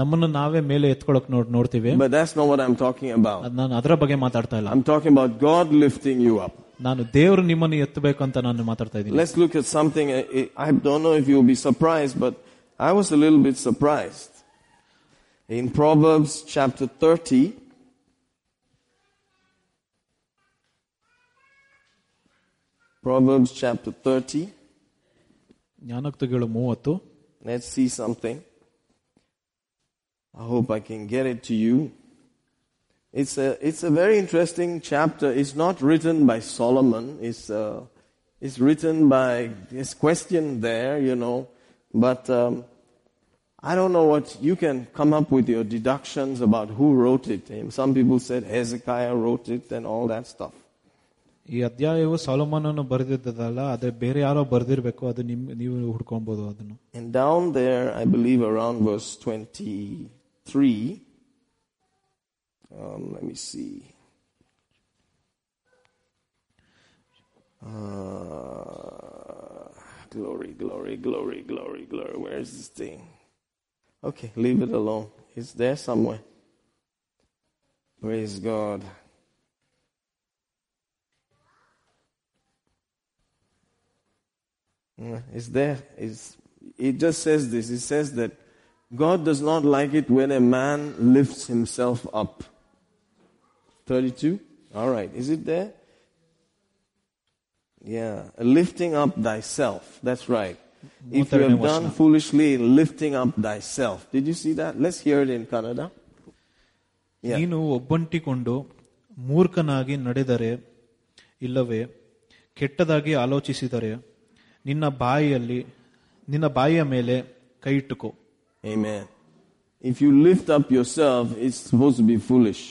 B: ನಮ್ಮನ್ನು ನಾವೇ ಮೇಲೆ ಎತ್ಕೊಳಕ್ ನೋಡ್ ನೋಡ್ತೀವಿ
A: but that's not what I'm talking about.
B: ಅದ್ ನಾನು ಅದರ ಬಗ್ಗೆ ಮಾತಾಡ್ತಾ ಇಲ್ಲ
A: I'm talking about God lifting you up.
B: ನಾನು ದೇವರು ನಿಮ್ಮನ್ನು ಎತ್ತಬೇಕಂತ ನಾನು ಮಾತಾಡ್ತಾ ಇದ್ದೀನಿ
A: Let's look at something. I- I don't know if you'll be surprised, but I was a little bit surprised. In Proverbs chapter 30, Proverbs chapter 30.
B: ಜ್ಞಾನೋಕ್ತಿಗಳು ಮೂವತ್ತು
A: Let's see something. I hope I can get it to you. It's a, it's a very interesting chapter. It's not written by Solomon. It's, uh, it's written by this question there, you know. But um, I don't know what you can come up with your deductions about who wrote it. And Some people said Hezekiah wrote it and all that stuff.
B: ಈ ಅಧ್ಯಾಯವು ಸಾಲೋಮನನ್ನು ಬರೆದಿದ್ದದಲ್ಲ ಆದ್ರೆ ಬೇರೆ ಯಾರೋ ಬರೆದಿರ್ಬೇಕು ಅದು ನಿಮ್ ನೀವು ಹುಡ್ಕೊಬಹುದು ಅದನ್ನು
A: And down there, I believe around verse 23, um, let me see. Uh, glory, glory, glory, glory, glory. Where is this thing? Okay, leave it alone. It's there somewhere. Praise God. Mm, It's there. It's, it just says this. It says that God does not like it when a man lifts himself up. 32? All right. Is it there? Yeah. Lifting up thyself. That's right. If you
B: ಮೂವತ್ತೆರಡನೇ
A: have
B: ವಚನ.
A: done foolishly in lifting up thyself. Did you see that? Let's hear it in Kannada. Yeah.
B: ನೀನು ಒಬ್ಬಂಟಿಕೊಂಡು ಮೂರ್ಖನಾಗಿ ನಡೆದರೆ ಇಲ್ಲವೇ ಕೆಟ್ಟದಾಗಿ ಆಲೋಚಿಸಿದರೆ ನಿನ್ನ ಬಾಯಿಯಲ್ಲಿ ನಿನ್ನ ಬಾಯಿಯ ಮೇಲೆ ಕೈ ಇಟ್ಟುಕೋ
A: Amen. If you lift up yourself, it's supposed to be foolish.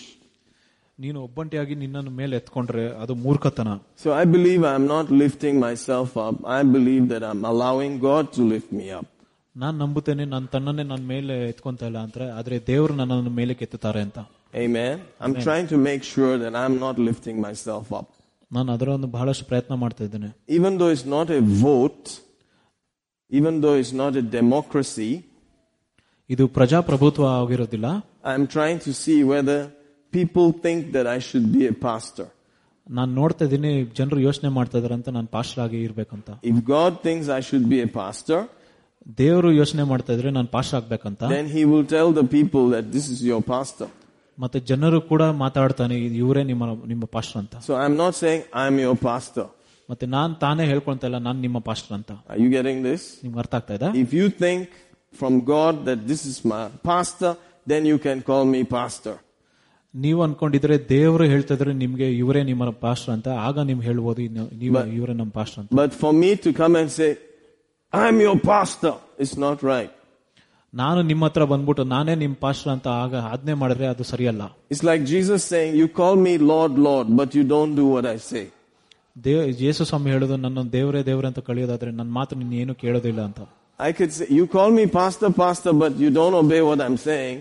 B: ನೀನು ಒಬ್ಬಂಟಿಯಾಗಿ ನಿನ್ನನ್ನು ಮೇಲೆ ಎತ್ಕೊಂಡ್ರೆ ಅದು ಮೂರ್ಖತನ
A: So I believe I'm not lifting myself up. I believe that I'm allowing God to lift me up.
B: ನಾನು ನಂಬುತ್ತೇನೆ ನಾನು ತನ್ನನ್ನೇ ನನ್ನ ಮೇಲೆ ಎತ್ಕೊಂತ ಇಲ್ಲ ಅಂತ ಆದ್ರೆ ದೇವರು ನನ್ನನ್ನು ಮೇಲೆ ಕೆತ್ತುತ್ತಾರೆ ಅಂತ
A: Amen. I'm trying to make sure that I'm not lifting myself up.
B: ನಾನು ಅದರ ಒಂದು ಬಹಳಷ್ಟು ಪ್ರಯತ್ನ ಮಾಡ್ತಾ ಇದ್ದೇನೆ
A: Even though it's not a vote, even though it's not a democracy,
B: ಇದು ಪ್ರಜಾಪ್ರಭುತ್ವ ಆಗಿರೋದಿಲ್ಲ
A: I'm trying to see whether people think that I should be a pastor.
B: ನಾನು ನೋಡ್ತಾ ಇದ್ದೀನಿ ಜನರು ಯೋಚನೆ ಮಾಡ್ತಾ ಇದಾರೆ ಅಂತ ನಾನು ಪಾಸ್ಟರ್ ಆಗಿ ಇರ್ಬೇಕಂತ
A: If God thinks I should be a pastor,
B: ದೇವರು ಯೋಚನೆ ಮಾಡ್ತಾ ಇದ್ರೆ ನಾನು ಪಾಸ್ಟರ್ ಆಗ್ಬೇಕಂತ
A: then He will tell the people that this is your pastor.
B: ಮತ್ತೆ ಜನರು ಕೂಡ ಮಾತಾಡ್ತಾನೆ ಇವರೇ ನಿಮ್ಮ ನಿಮ್ಮ ಪಾಸ್ಟರ್ ಅಂತ
A: So I'm not saying I'm your pastor.
B: ಮತ್ತೆ ನಾನ್ ತಾನೇ ಹೇಳ್ಕೊಂತ ಇಲ್ಲ ನಾನು ನಿಮ್ಮ ಪಾಸ್ಟರ್ ಅಂತ
A: Are you getting this?
B: ನಿಮ್ಗೆ ಅರ್ಥ ಆಗ್ತಾ ಇದೆ
A: If you think from God that this is my pastor, then you can call me pastor.
B: ನೀವು ಅನ್ಕೊಂಡಿದ್ರೆ ದೇವರು ಹೇಳ್ತಾ ಇದ್ರೆ ನಿಮ್ಗೆ ಇವರೇ ನಿಮ್ಮ ಪಾಸ್ಟರ್ ಅಂತ ಆಗ ನಿಮ್ಗೆ ಹೇಳ್ಬೋದು ಇನ್ನು ನೀವು ಇವರೇ ನಮ್ಮ ಪಾಸ್ಟರ್ ಅಂತ
A: But for me to come and say, I'm your pastor, it's not right.
B: ನಾನು ನಿಮ್ಮ ಹತ್ರ ಬಂದ್ಬಿಟ್ಟು ನಾನೇ ನಿಮ್ ಪಾಸ್ಟರ್ ಅಂತ ಆಗ ಆಜ್ಞೆ ಮಾಡಿದ್ರೆ ಅದು ಸರಿಯಲ್ಲ
A: It's like Jesus saying, You call me Lord, Lord, but you don't do what I say.
B: Dev ಯೇಸು ಸ್ವಾಮಿ ಹೇಳೋದು ನನ್ನ ದೇವರೇ ದೇವ್ರೆ ಅಂತ ಕಳಿಯೋದಾದ್ರೆ ನನ್ನ ಮಾತು ನೀನು ಏನು ಕೇಳೋದಿಲ್ಲ ಅಂತ
A: I could say, You call me pastor, pastor, but you don't obey what I'm saying.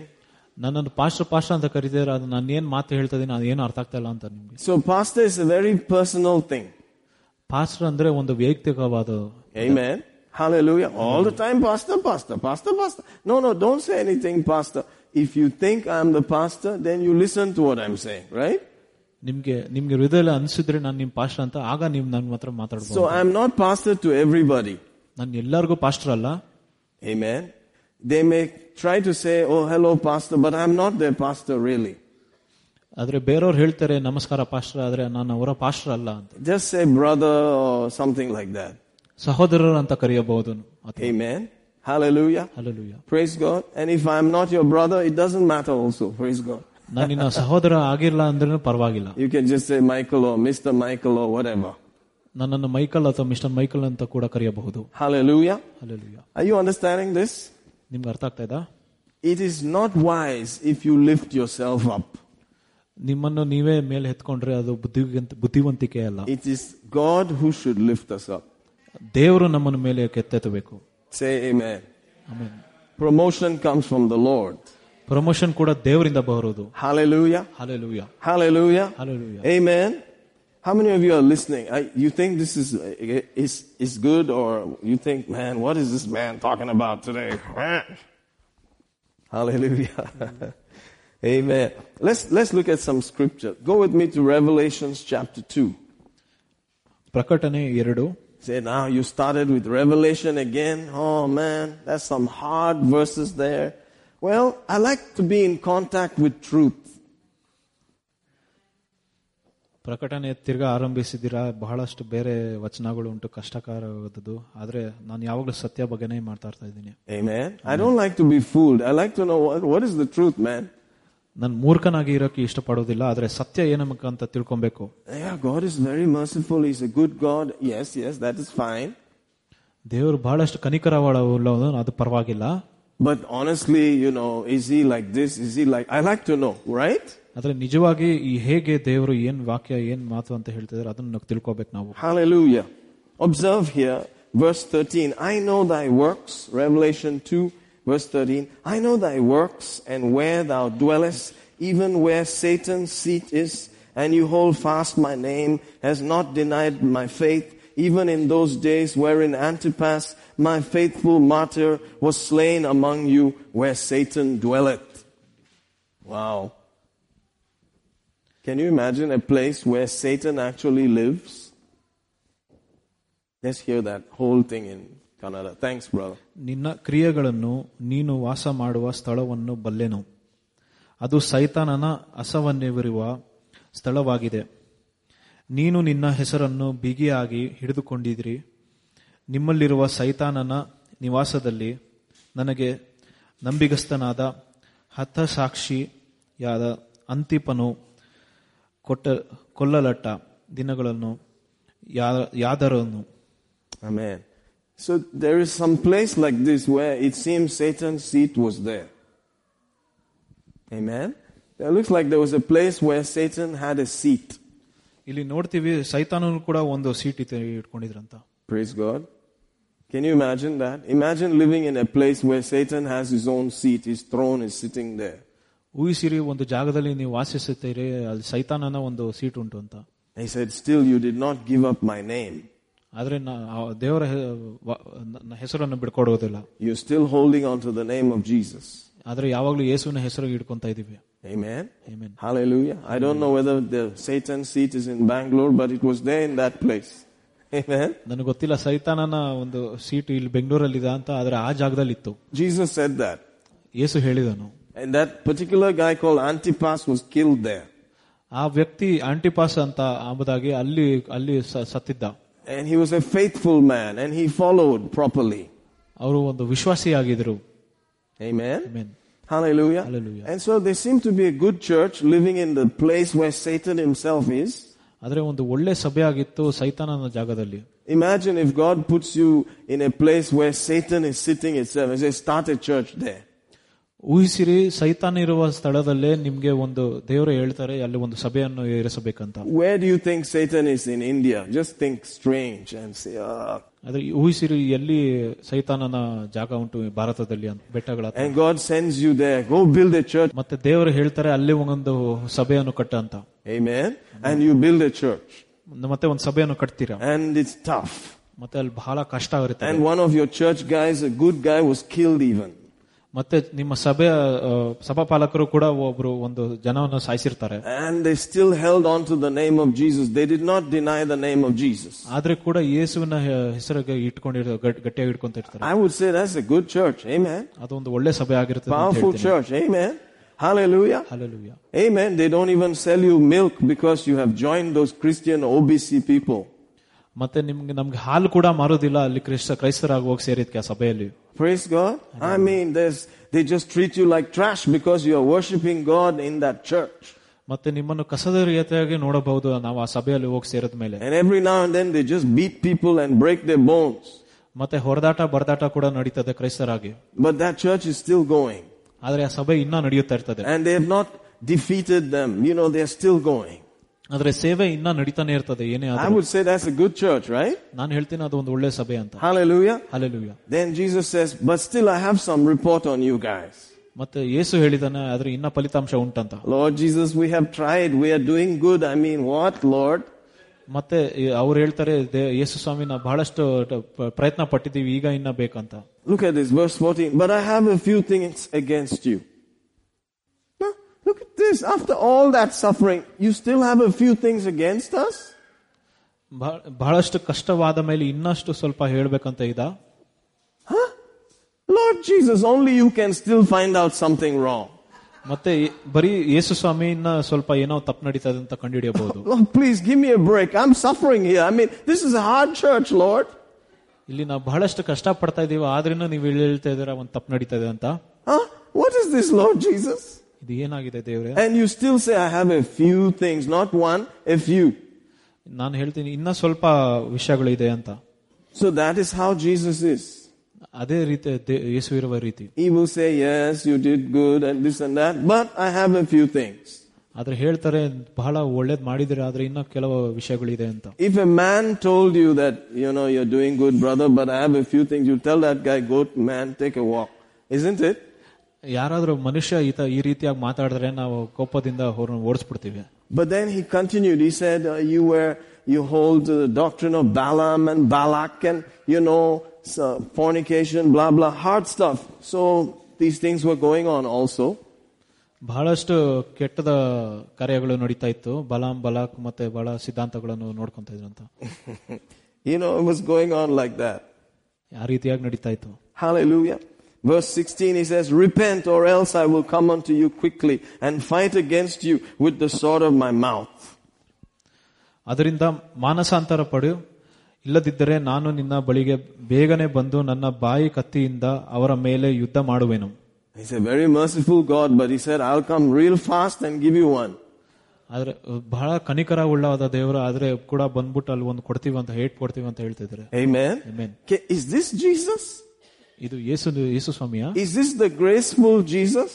B: ನನ್ನನ್ನು ಪಾಸ್ಟರ್ ಪಾಸ್ಟರ್ ಅಂತ ಕರೀತಿದ್ರೆ ಅದು ನಾನು ಏನ್ ಮಾತು ಹೇಳ್ತಾ ಇದೀನಿ ಅದು ಏನು ಅರ್ಥ ಆಗ್ತಾ ಇಲ್ಲ ಅಂತ ನಿಮ್ಗೆ
A: So, pastor is a very personal thing.
B: Pastor ಅಂದ್ರೆ ಒಂದು ವೈಯಕ್ತಿಕವಾದ
A: Amen. Hallelujah. All the time, pastor, pastor, pastor, pastor. No, no, don't say anything, pastor. If you think I'm the pastor, then you listen to what I'm saying, right?
B: ನಿಮ್ಗೆ ನಿಮ್ಗೆ ಹೃದಯ ಅನ್ಸಿದ್ರೆ ನಾನು ನಿಮ್ pastor ಅಂತ ಆಗ ನೀವು ನನ್ನ ಹತ್ರ ಮಾತಾಡ್ಬೋದು
A: So I'm not pastor to everybody.
B: ನಾನು ಎಲ್ಲರಿಗೂ ಪಾಸ್ಟರ್ ಅಲ್ಲ
A: Amen. They may try to say, oh, hello, pastor, but I'm not their pastor really.
B: ಆದ್ರೆ ಬೇರೆಯವ್ರು ಹೇಳ್ತಾರೆ ನಮಸ್ಕಾರ ಪಾಸ್ಟರ್ ಆದ್ರೆ ನಾನು ಅವರ ಪಾಸ್ಟರ್ ಅಲ್ಲ ಅಂತ
A: Just say brother or something like that.
B: ಸಹೋದರರು ಅಂತ ಕರೆಯಬಹುದು
A: Amen. Hallelujah.
B: ಅಲ್ಲೂಯ್ಯ
A: Praise God. And if I'm not your brother, it doesn't matter also. Praise God.
B: ನಾನು ನಿನ್ನ ಸಹೋದರ ಆಗಿಲ್ಲ ಅಂದ್ರೂ ಪರವಾಗಿಲ್ಲ
A: You can just say Michael or Mr. Michael or whatever.
B: ನನ್ನನ್ನು ಮೈಕಲ್ ಅಥವಾ ಮಿಸ್ಟರ್ ಮೈಕಲ್ ಅಂತ ಕೂಡ ಕರೆಯಬಹುದು
A: Hallelujah.
B: ಅಲ್ಲೂಯ್ಯ
A: Are you understanding this?
B: ನಿಮ್ಗೆ ಅರ್ಥ ಆಗ್ತಾ ಇದಾ
A: It is not wise if you lift yourself up.
B: ನಿಮ್ಮನ್ನು ನೀವೇ ಮೇಲೆ ಎತ್ಕೊಂಡ್ರೆ ಅದು ಬುದ್ಧಿವಂತ ಬುದ್ಧಿವಂತಿಕೆ ಅಲ್ಲ
A: It is God who should lift us up.
B: ದೇವರು ನಮ್ಮನ್ನು ಮೇಲೆ ಕೆತ್ತೆತ್ತಬೇಕು
A: Say amen.
B: ಆಮೇಲೆ
A: Promotion comes from the Lord.
B: Promotion ಕೂಡ ದೇವರಿಂದ ಬರೋದು
A: Hallelujah.
B: Hallelujah
A: Hallelujah.
B: Hallelujah
A: Amen. How many of you are listening? I, you think this is, is, is good, or you think, man, what is this man talking about today? <laughs> Hallelujah. <laughs> Amen. Let's, let's look at some scripture. Go with me to Revelations chapter 2.
B: ಪ್ರಕಟಣೆ ಎರಡು
A: Say, now you started with Revelation again. Oh man, that's some hard verses there. Well, I like to be in contact with truth.
B: ಪ್ರಕಟಣೆ ತಿರ್ಗಾ ಆರಂಭಿಸಿದ್ದೀರಾ ಬಹಳಷ್ಟು ಬೇರೆ ವಚನಗಳು ಉಂಟು ಕಷ್ಟಕರವಾದದ್ದು ಆದ್ರೆ ನಾನು ಯಾವಾಗಲೂ ಸತ್ಯ ಬಗ್ಗೆನೇ ಮಾಡ್ತಾ ಇರ್ತಾ ಇದ್ದೀನಿ
A: Amen. I don't like to be fooled. I like to know what, what is the truth, man.
B: ನಾನು ಮೂರ್ಖನಾಗಿ ಇರೋಕೆ ಇಷ್ಟಪಡೋದಿಲ್ಲ ಆದ್ರೆ ಸತ್ಯ ಏನಮಕ್ಕ ಅಂತ ತಿಳ್ಕೊಬೇಕು
A: Yeah, God is very merciful. He's a good God. Yes, yes, that is fine.
B: ದೇವರು ಬಹಳಷ್ಟು ಕನಿಕರವಾಳವನು ಅದು ಪರವಾಗಿಲ್ಲ
A: But honestly, you know, is he like this? Is he like. I like to know, right?
B: ಆದ್ರೆ ನಿಜವಾಗಿ ಈ ಹೇಗೆ ದೇವರು ಏನ್ ವಾಕ್ಯ ಏನ್ ಮಾತು ಅಂತ ಹೇಳ್ತಿದಾರೆ ಅದನ್ನ ನಾವು ತಿಳ್ಕೊಬೇಕು ನಾವು
A: Hallelujah. Observe here, verse 13. I know thy works, Revelation 2, verse 13. I know thy works and where thou dwellest, even where Satan's seat is, and you hold fast my name, has not denied my faith, even in those days wherein Antipas, my faithful martyr, was slain among you, where Satan dwelleth. Wow. Can you imagine a place where Satan actually lives? Let's hear that whole thing in Kannada. Thanks, brother.
B: ನಿನ್ನ ಕ್ರಿಯೆಗಳನ್ನು ನೀನು ವಾಸ ಮಾಡುವ ಸ್ಥಳವನ್ನು ಬಲ್ಲೆನು ಅದು ಸೈತಾನನ ಅಸವನ್ನೆವರಿವ ಸ್ಥಳವಾಗಿದೆ ನೀನು ನಿನ್ನ ಹೆಸರನ್ನು ಬಿಗಿಯಾಗಿ ಹಿಡಿದುಕೊಂಡಿದಿರಿ ನಿಮ್ಮಲ್ಲಿರುವ ಸೈತಾನನ ನಿವಾಸದಲ್ಲಿ ನನಗೆ ನಂಬಿಗಸ್ತನಾದ ಹತಸಾಕ್ಷಿಯಾದ ಅಂತಿಪನು ಕೊಟ್ಟ ಕೊಲ್ಲಲಟ್ಟ ದಿನಗಳನ್ನು ಯಾ- ಯಾದರನ್ನು
A: Amen. So there is some place like this where it seems Satan's seat was there. Amen. It looks like there was a place where Satan had a seat.
B: ಇಲ್ಲಿ ನೋಡ್ತೀವಿ ಸೈತಾನನು ಕೂಡ ಒಂದು ಸೀಟ್ ಇತ್ತು ಇಟ್ಕೊಂಡಿದ್ರಂತ
A: Praise God. Can you imagine that? Imagine living in a place where Satan has his own seat, his throne is sitting there.
B: ಊಹಿಸಿರಿ ಒಂದು ಜಾಗದಲ್ಲಿ ನೀವು ವಾಸಿಸುತ್ತೀರಿ ಅಲ್ಲಿ ಸೈತಾನನ ಒಂದು ಸೀಟ್ ಉಂಟು ಅಂತ
A: He said, Still, you did not give up my name.
B: ಆದ್ರೆ ನಾ- ಆ ದೇವರ ಹೆ- ವ- ನನ್ನ ಹೆಸರನ್ನು ಬಿಡ್ಕೊಡೋದಿಲ್ಲ
A: You're still holding on to the name of Jesus.
B: ಆದ್ರೆ ಯಾವಾಗ್ಲೂ ಯೇಸುವಿನ ಹೆಸರು ಇಟ್ಕೊಂತ ಇದೀವಿ
A: Amen.
B: Amen.
A: Hallelujah. I don't know whether the Satan's seat is in Bangalore, but it was there in that place. <laughs> Amen.
B: ನನಗೆ ಗೊತ್ತಿಲ್ಲ ಸೈತಾನನ ಒಂದು ಸೀಟ್ ಇಲ್ಲಿ ಬೆಂಗಳೂರಲ್ಲಿದೆ ಅಂತ ಆದ್ರೆ ಆ ಜಾಗದಲ್ಲಿ ಇತ್ತು
A: Jesus said that.
B: ಯೇಸು ಹೇಳಿದನು
A: And that particular guy called Antipas was killed there.
B: ಆ ವ್ಯಕ್ತಿ ಆಂಟಿಪಾಸ್ ಅಂತ ಅಂಬುದಾಗಿ ಅಲ್ಲಿ ಅಲ್ಲಿ ಸ- ಸತ್ತಿದ್ದ
A: And he was a faithful man and he followed properly.
B: ಅವರು ಒಂದು ವಿಶ್ವಾಸಿಯಾಗಿದ್ರು
A: Amen.
B: Amen
A: Hallelujah.
B: Hallelujah.
A: And so they seem to be a good church living in the place where Satan himself is.
B: ಆದ್ರೆ ಒಂದು ಒಳ್ಳೆ ಸಭೆ ಆಗಿತ್ತು ಸೈತಾನನ ಜಾಗದಲ್ಲಿ
A: Imagine if God puts you in a place where Satan is sitting itself. He says, start a church there.
B: ಊಹಿಸಿರಿ ಸೈತಾನ ಇರುವ ಸ್ಥಳದಲ್ಲೇ ನಿಮ್ಗೆ ಒಂದು ದೇವರು ಹೇಳ್ತಾರೆ ಅಲ್ಲಿ ಒಂದು ಸಭೆಯನ್ನು ಇರಿಸಬೇಕಂತ
A: Where do you think Satan is in India? Just think strange and say, ah.
B: ಆದ್ರೆ ಊಹಿಸಿರಿ ಎಲ್ಲಿ ಸೈತಾನನ ಜಾಗ ಉಂಟು ಭಾರತದಲ್ಲಿ ಅಂತ ಬೆಟ್ಟಗಳ ಹತ್ರ.
A: And God sends you there. Go build a church.
B: ಮತ್ತೆ ದೇವರು ಹೇಳ್ತಾರೆ ಅಲ್ಲಿ ಒಂದು ಸಭೆಯನ್ನು ಕಟ್ಟ ಅಂತ
A: Amen. And you build a church.
B: ಮತ್ತೆ ಒಂದು ಸಭೆಯನ್ನು ಕಟ್ತೀರಾ
A: And it's tough.
B: ಮತ್ತೆ ಅಲ್ಲಿ ಬಹಳ ಕಷ್ಟ ಆಗುತ್ತೆ
A: And one of your church guys, a good guy, was killed even.
B: ಮತ್ತೆ ನಿಮ್ಮ ಸಭೆಯ ಆ, ಸಭಾಪಾಲಕರು ಕೂಡ ಒಬ್ರು ಒಂದು ಜನವನ್ನು ಸಾಯಿಸಿರ್ತಾರೆ
A: And they still held on to the name of Jesus. They did not deny the name of Jesus.
B: ಆದ್ರೆ ಕೂಡ ಯೇಸುವಿನ ಹೆ- ಹೆಸರಿಗೆ ಇಟ್ಕೊಂಡಿರ್ತಾರೆ ಗಟ್- ಗಟ್ಟಿಯಾಗಿ ಇಟ್ಕೊಂತ ಇರ್ತಾರೆ
A: I would say that's a good church. Amen.
B: ಅದೊಂದು ಒಳ್ಳೆ ಸಭೆ ಆಗಿರ್ತದೆ ಅಂತ
A: Powerful
B: ಹೇಳ್ತೀನಿ.
A: church. Amen. Hallelujah.
B: Hallelujah.
A: Amen. They don't even sell you milk because you have joined those Christian OBC people.
B: ಮತ್ತೆ ನಿಮ್ಗೆ ನಮ್ಗೆ ಹಾಲು ಕೂಡ ಮಾರೋದಿಲ್ಲ ಅಲ್ಲಿ ಕ್ರೈಸ್ತ ಕ್ರೈಸ್ತರಾಗಿ ಹೋಗಿ ಸೇರಿದ್ಕೆ ಆ ಸಭೆಯಲ್ಲಿ
A: Praise God. I mean, there's, they just treat you like trash because you are worshiping God in that church.
B: ಮತ್ತೆ ನಿಮ್ಮನ್ನು ಕಸದ ರೀತಿಯಾಗಿ ನೋಡಬಹುದು ನಾವು ಆ ಸಭೆಯಲ್ಲಿ ಹೋಗಿ ಸೇರಿದ ಮೇಲೆ
A: And every now and then they just beat people and break their bones.
B: ಮತ್ತೆ ಹೊಡೆದಾಟ ಬರದಾಟ ಕೂಡ ನಡೀತದೆ ಕ್ರೈಸ್ತರಾಗಿ
A: But that church is still going.
B: ಆದ್ರೆ ಆ ಸಭೆ ಇನ್ನೂ ನಡೆಯುತ್ತಾ ಇರ್ತದೆ
A: And they have not defeated them. You know, they're still going.
B: ಆದ್ರೆ ಸೇವೆ ಇನ್ನೂ ನಡೀತಾನೆ ಇರ್ತದೆ ಏನೇ
A: I
B: ಆದ್ರೂ
A: would say that's a good church, right?
B: ನಾನು ಹೇಳ್ತೀನಿ ಅದು ಒಂದು ಒಳ್ಳೆ ಸಭೆ ಅಂತ
A: Hallelujah.
B: Alleluia
A: Then Jesus says, but still I have some report on you guys.
B: ಮತ್ತೆ ಯೇಸು ಹೇಳಿದಾನೆ ಆದ್ರೆ ಇನ್ನ ಫಲಿತಾಂಶ ಉಂಟಂತ
A: Lord Jesus, we have tried. We are doing good. I mean, what, Lord?
B: ಮತ್ತೆ ಈ- ಅವ್ರು ಹೇಳ್ತಾರೆ ದೇ- ಯೇಸು ಸ್ವಾಮಿ ನಾವು ಬಹಳಷ್ಟು ಟ- ಪ- ಪ್ರಯತ್ನ ಪಟ್ಟಿದ್ದೀವಿ ಈಗ ಇನ್ನ ಬೇಕಂತ
A: Look at this, verse 14. But I have a few things against you. Now, look at this. After all that suffering, you still have a few things against us?
B: ಬಹಳ- ಬಹಳಷ್ಟು ಕಷ್ಟವಾದ ಮೇಲೆ ಇನ್ನಷ್ಟು ಸ್ವಲ್ಪ ಹೇಳ್ಬೇಕಂತ ಇದ
A: Huh? Lord Jesus, only you can still find out something wrong.
B: ಮತ್ತೆ ಈ- ಬರೀ ಯೇಸು ಸ್ವಾಮಿನ ಸ್ವಲ್ಪ ಏನೋ ತಪ್ಪು ನಡೀತಾ ಇದೆ ಅಂತ ಕಂಡುಹಿಡಿಯಬಹುದು
A: Lord, please give me a break. I'm suffering here. I mean, this is a hard church, Lord.
B: ಇಲ್ಲಿ ನಾವು ಬಹಳಷ್ಟು ಕಷ್ಟ ಪಡ್ತಾ ಇದೀವಿ ಆದ್ರಿಂದ ನೀವು ಇಲ್ಲಿ ಹೇಳ್ತಾ ಇದೀರ ಒಂದ್ ತಪ್ಪು ನಡೀತಾ ಇದೆ ಅಂತ
A: Huh? What is this, Lord Jesus?
B: ಇದು ಏನಾಗಿದೆ ದೇವ್ರೆ
A: And you still say, I have a few things, not one, a few.
B: ನಾನು ಹೇಳ್ತೀನಿ ಇನ್ನ ಸ್ವಲ್ಪ ವಿಷಯಗಳು ಇದೆ ಅಂತ
A: So that is how Jesus is.
B: ಅದೇ ರೀತಿ ದೇ- ಯೇಸು ಇರುವ ರೀತಿ
A: He will say, Yes, you did good and this and that, but I have a few things.
B: ಆದ್ರೆ ಹೇಳ್ತಾರೆ ಬಹಳ ಒಳ್ಳೇದ್ ಮಾಡಿದಿರ ಆದ್ರೆ ಇನ್ನ ಕೆಲವು ವಿಷಯಗಳಿದೆ ಅಂತ
A: If a man told you that, you know, you're doing good, brother, but I have a few things, you tell that guy, Go, man, take a walk. Isn't it?
B: ಯಾರಾದ್ರೂ ಮನುಷ್ಯ ಈತ ಈ ರೀತಿಯಾಗಿ ಮಾತಾಡಿದ್ರೆ ನಾವು ಕೋಪದಿಂದ ಅವ್ರನ್ನ ಓಡಿಸ್ಬಿಡ್ತೀವಿ
A: But then he continued. He said, uh, "You were you hold the doctrine of Balaam and Balak and you know so- fornication, blah blah, hard stuff." So these things were going on also.
B: ಬಹಳಷ್ಟು ಕೆಟ್ಟದ ಕಾರ್ಯಗಳು ನಡೀತಾ ಇತ್ತು ಬಲಾಂ ಬಲಾಕ್ ಮತ್ತೆ ಬಹಳ ಸಿದ್ಧಾಂತಗಳನ್ನು ನೋಡ್ಕೊಂತ ಇದ್ರು ಅಂತ
A: You know, it was going on like that.
B: ಆ ರೀತಿಯಾಗಿ ನಡೀತಾ ಇತ್ತು
A: Hallelujah. Verse 16, he says, Repent or else I will come unto you quickly and fight against you with the sword of my mouth.
B: ಅದರಿಂದ ಮಾನಸಾಂತರ ಪಡೆಯು ಇಲ್ಲದಿದ್ದರೆ ನಾನು ನಿನ್ನ ಬಳಿಗೆ ಬೇಗನೆ ಬಂದು ನನ್ನ ಬಾಯಿ ಕತ್ತಿಯಿಂದ ಅವರ ಮೇಲೆ ಯುದ್ಧ ಮಾಡುವೆನು
A: He's a very merciful God, but he said, I'll come real fast and give you one.
B: ಆದ್ರೆ ಬಹಳ ಕನಿಕರ ಉಳ್ಳವಾದ ದೇವರು ಆದ್ರೆ ಕೂಡ ಬಂದ್ಬಿಟ್ಟು ಅಲ್ಲಿ ಒಂದು ಕೊಡ್ತೀವಿ ಅಂತ ಹೇಟ್ ಕೊಡ್ತೀವಿ ಅಂತ ಹೇಳ್ತಿದ್ದಾರೆ
A: Amen.
B: Amen.
A: Ca- Is this Jesus?
B: ಇದು ಯೇಸು ಯೇಸು ಸ್ವಾಮಿಯ
A: Is this the graceful Jesus?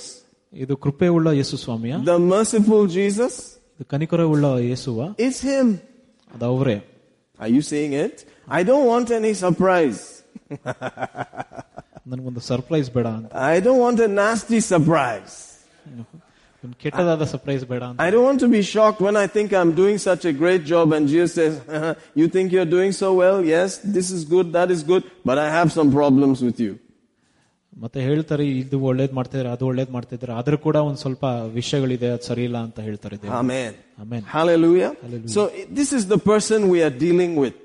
B: ಇದು ಕೃಪೆ ಉಳ್ಳ ಯೇಸು ಸ್ವಾಮಿಯ
A: The merciful Jesus?
B: ಇದು ಕನಿಕರ ಉಳ್ಳ ಯೇಸುವ
A: It's him.
B: ಅದು ಅವರೇ
A: Are you saying it? I don't want any surprise.
B: ನನಗೊಂದು ಸರ್ಪ್ರೈಸ್ ಬೇಡ ಅಂತ
A: I don't want a nasty surprise.
B: ಒಂದು ಕೆಟ್ಟದಾದ ಸರ್ಪ್ರೈಸ್ ಬೇಡ ಅಂತ
A: I don't want to be shocked when I think I'm doing such a great job and Jesus says, "Uh-huh, You think you're doing so well? Yes, this is good, that is good, but I have some problems with you.
B: ಮತ್ತೆ ಹೇಳ್ತಾರೆ ಇದು ಒಳ್ಳೇದ್ ಮಾಡ್ತಿದ್ರೆ ಅದು ಒಳ್ಳೇದ್ ಮಾಡ್ತಿದ್ರೆ ಆದ್ರೂ ಕೂಡ ಒಂದ್ ಸ್ವಲ್ಪ ವಿಷಯಗಳಿದೆ ಅದು ಸರಿ ಇಲ್ಲ ಅಂತ ಹೇಳ್ತಾರೆ ದೇವ್ರು.
A: Amen.
B: ಆಮೇಲೆ
A: Hallelujah. So i- this is the person we are dealing with.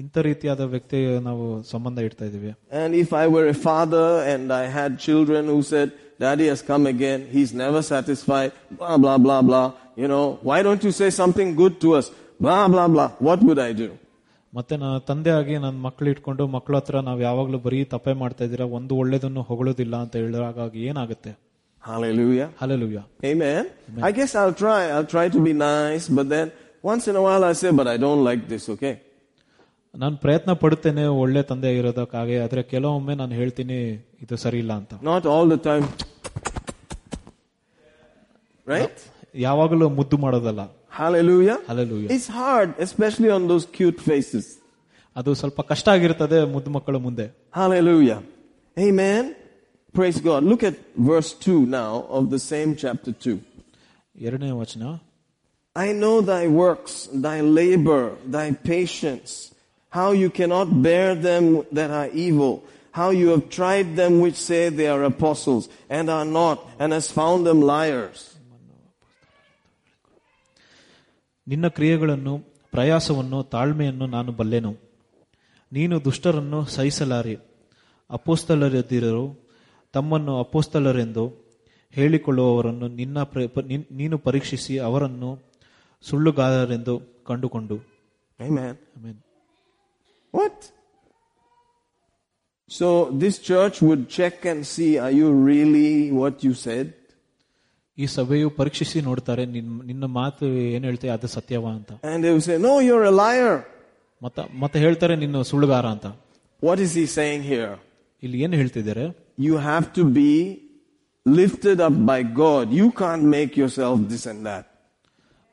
B: ಇಂಥ ರೀತಿಯಾದ ವ್ಯಕ್ತಿ ನಾವು ಸಂಬಂಧ ಇಡ್ತಾ ಇದೀವಿ
A: And if I were a father and I had children who said, Daddy has come again, he's never satisfied, blah, blah, blah, blah. You know, why don't you say something good to us? Blah, blah, blah. What would I do?
B: ಮತ್ತೆ ನಾನು ತಂದೆಯಾಗಿ ನನ್ನ ಮಕ್ಳು ಇಟ್ಕೊಂಡು ಮಕ್ಳ ಹತ್ರ ನಾವು ಯಾವಾಗ್ಲೂ ಬರೀ ತಪ್ಪೆ ಮಾಡ್ತಾ ಇದೀರಾ ಒಂದು ಒಳ್ಳೇದನ್ನು ಹೊಗಳೋದಿಲ್ಲ ಅಂತ ಹೇಳಿದಾಗ ಏನಾಗುತ್ತೆ
A: Hallelujah.
B: Hallelujah
A: Amen. I guess I'll try. I'll try to be nice, but then once in a while I say, but I don't like this, okay?
B: ನಾನು ಪ್ರಯತ್ನ ಪಡುತ್ತೇನೆ ಒಳ್ಳೆ ತಂದೆ ಇರೋದಕ್ಕಾಗಿ ಆದ್ರೆ ಕೆಲವೊಮ್ಮೆ ನಾನು ಹೇಳ್ತೀನಿ ಇದು ಸರಿ ಇಲ್ಲ ಅಂತ
A: Not all the time. Right?
B: ಯಾವಾಗಲೂ ಮುದ್ದು ಮಾಡೋದಲ್ಲ
A: Hallelujah.
B: Hallelujah
A: It's hard, especially on those cute faces.
B: ಅದು ಸ್ವಲ್ಪ ಕಷ್ಟ ಆಗಿರ್ತದೆ ಮುದ್ದು ಮಕ್ಕಳ ಮುಂದೆ
A: Hallelujah. Amen. Praise God. Look at verse 2 now of the same chapter 2.
B: ಎರಡನೇ ವಚನ
A: I know thy works, thy labor, thy patience, how you cannot bear them that are evil, how you have tried them which say they are apostles and are not, and has found them liars.
B: ನಿನ್ನ ಕ್ರಿಯೆಗಳನ್ನು ಪ್ರಯಾಸವನ್ನು ತಾಳ್ಮೆಯನ್ನು ನಾನು ಬಲ್ಲೆನು ನೀನು ದುಷ್ಟರನ್ನು ಸಹಿಸಲಾರಿ ಅಪೋಸ್ತಲರದಿರರು ತಮ್ಮನ್ನು ಅಪೋಸ್ತಲರೆಂದು ಹೇಳಿಕೊಳ್ಳುವವರನ್ನು ನಿನ್ನ ಪ್ರ- ಪ- ನಿನ್- ನೀನು ಪರೀಕ್ಷಿಸಿ ಅವರನ್ನು ಸುಳ್ಳುಗಾರರೆಂದು ಕಂಡುಕೊಂಡು
A: Amen.
B: Amen.
A: What? So this church would check and see, are you really what you said?
B: ಈ ಸಭೆಯು ಪರೀಕ್ಷಿಸಿ ನೋಡ್ತಾರೆ ನಿನ್ ನಿನ್ನ ಮಾತು ಏನ್ ಹೇಳ್ತೀಯ ಅದು ಸತ್ಯವ ಅಂತ
A: And they would say, no, you're a liar.
B: ಮತ್ತ ಮತ್ತೆ ಹೇಳ್ತಾರೆ ನಿನ್ನ ಸುಳ್ಳುಗಾರ ಅಂತ
A: What is he saying here?
B: ಇಲ್ಲಿ ಏನು ಹೇಳ್ತಿದ್ದಾರೆ
A: You have to be lifted up by God. You can't make yourself this and that.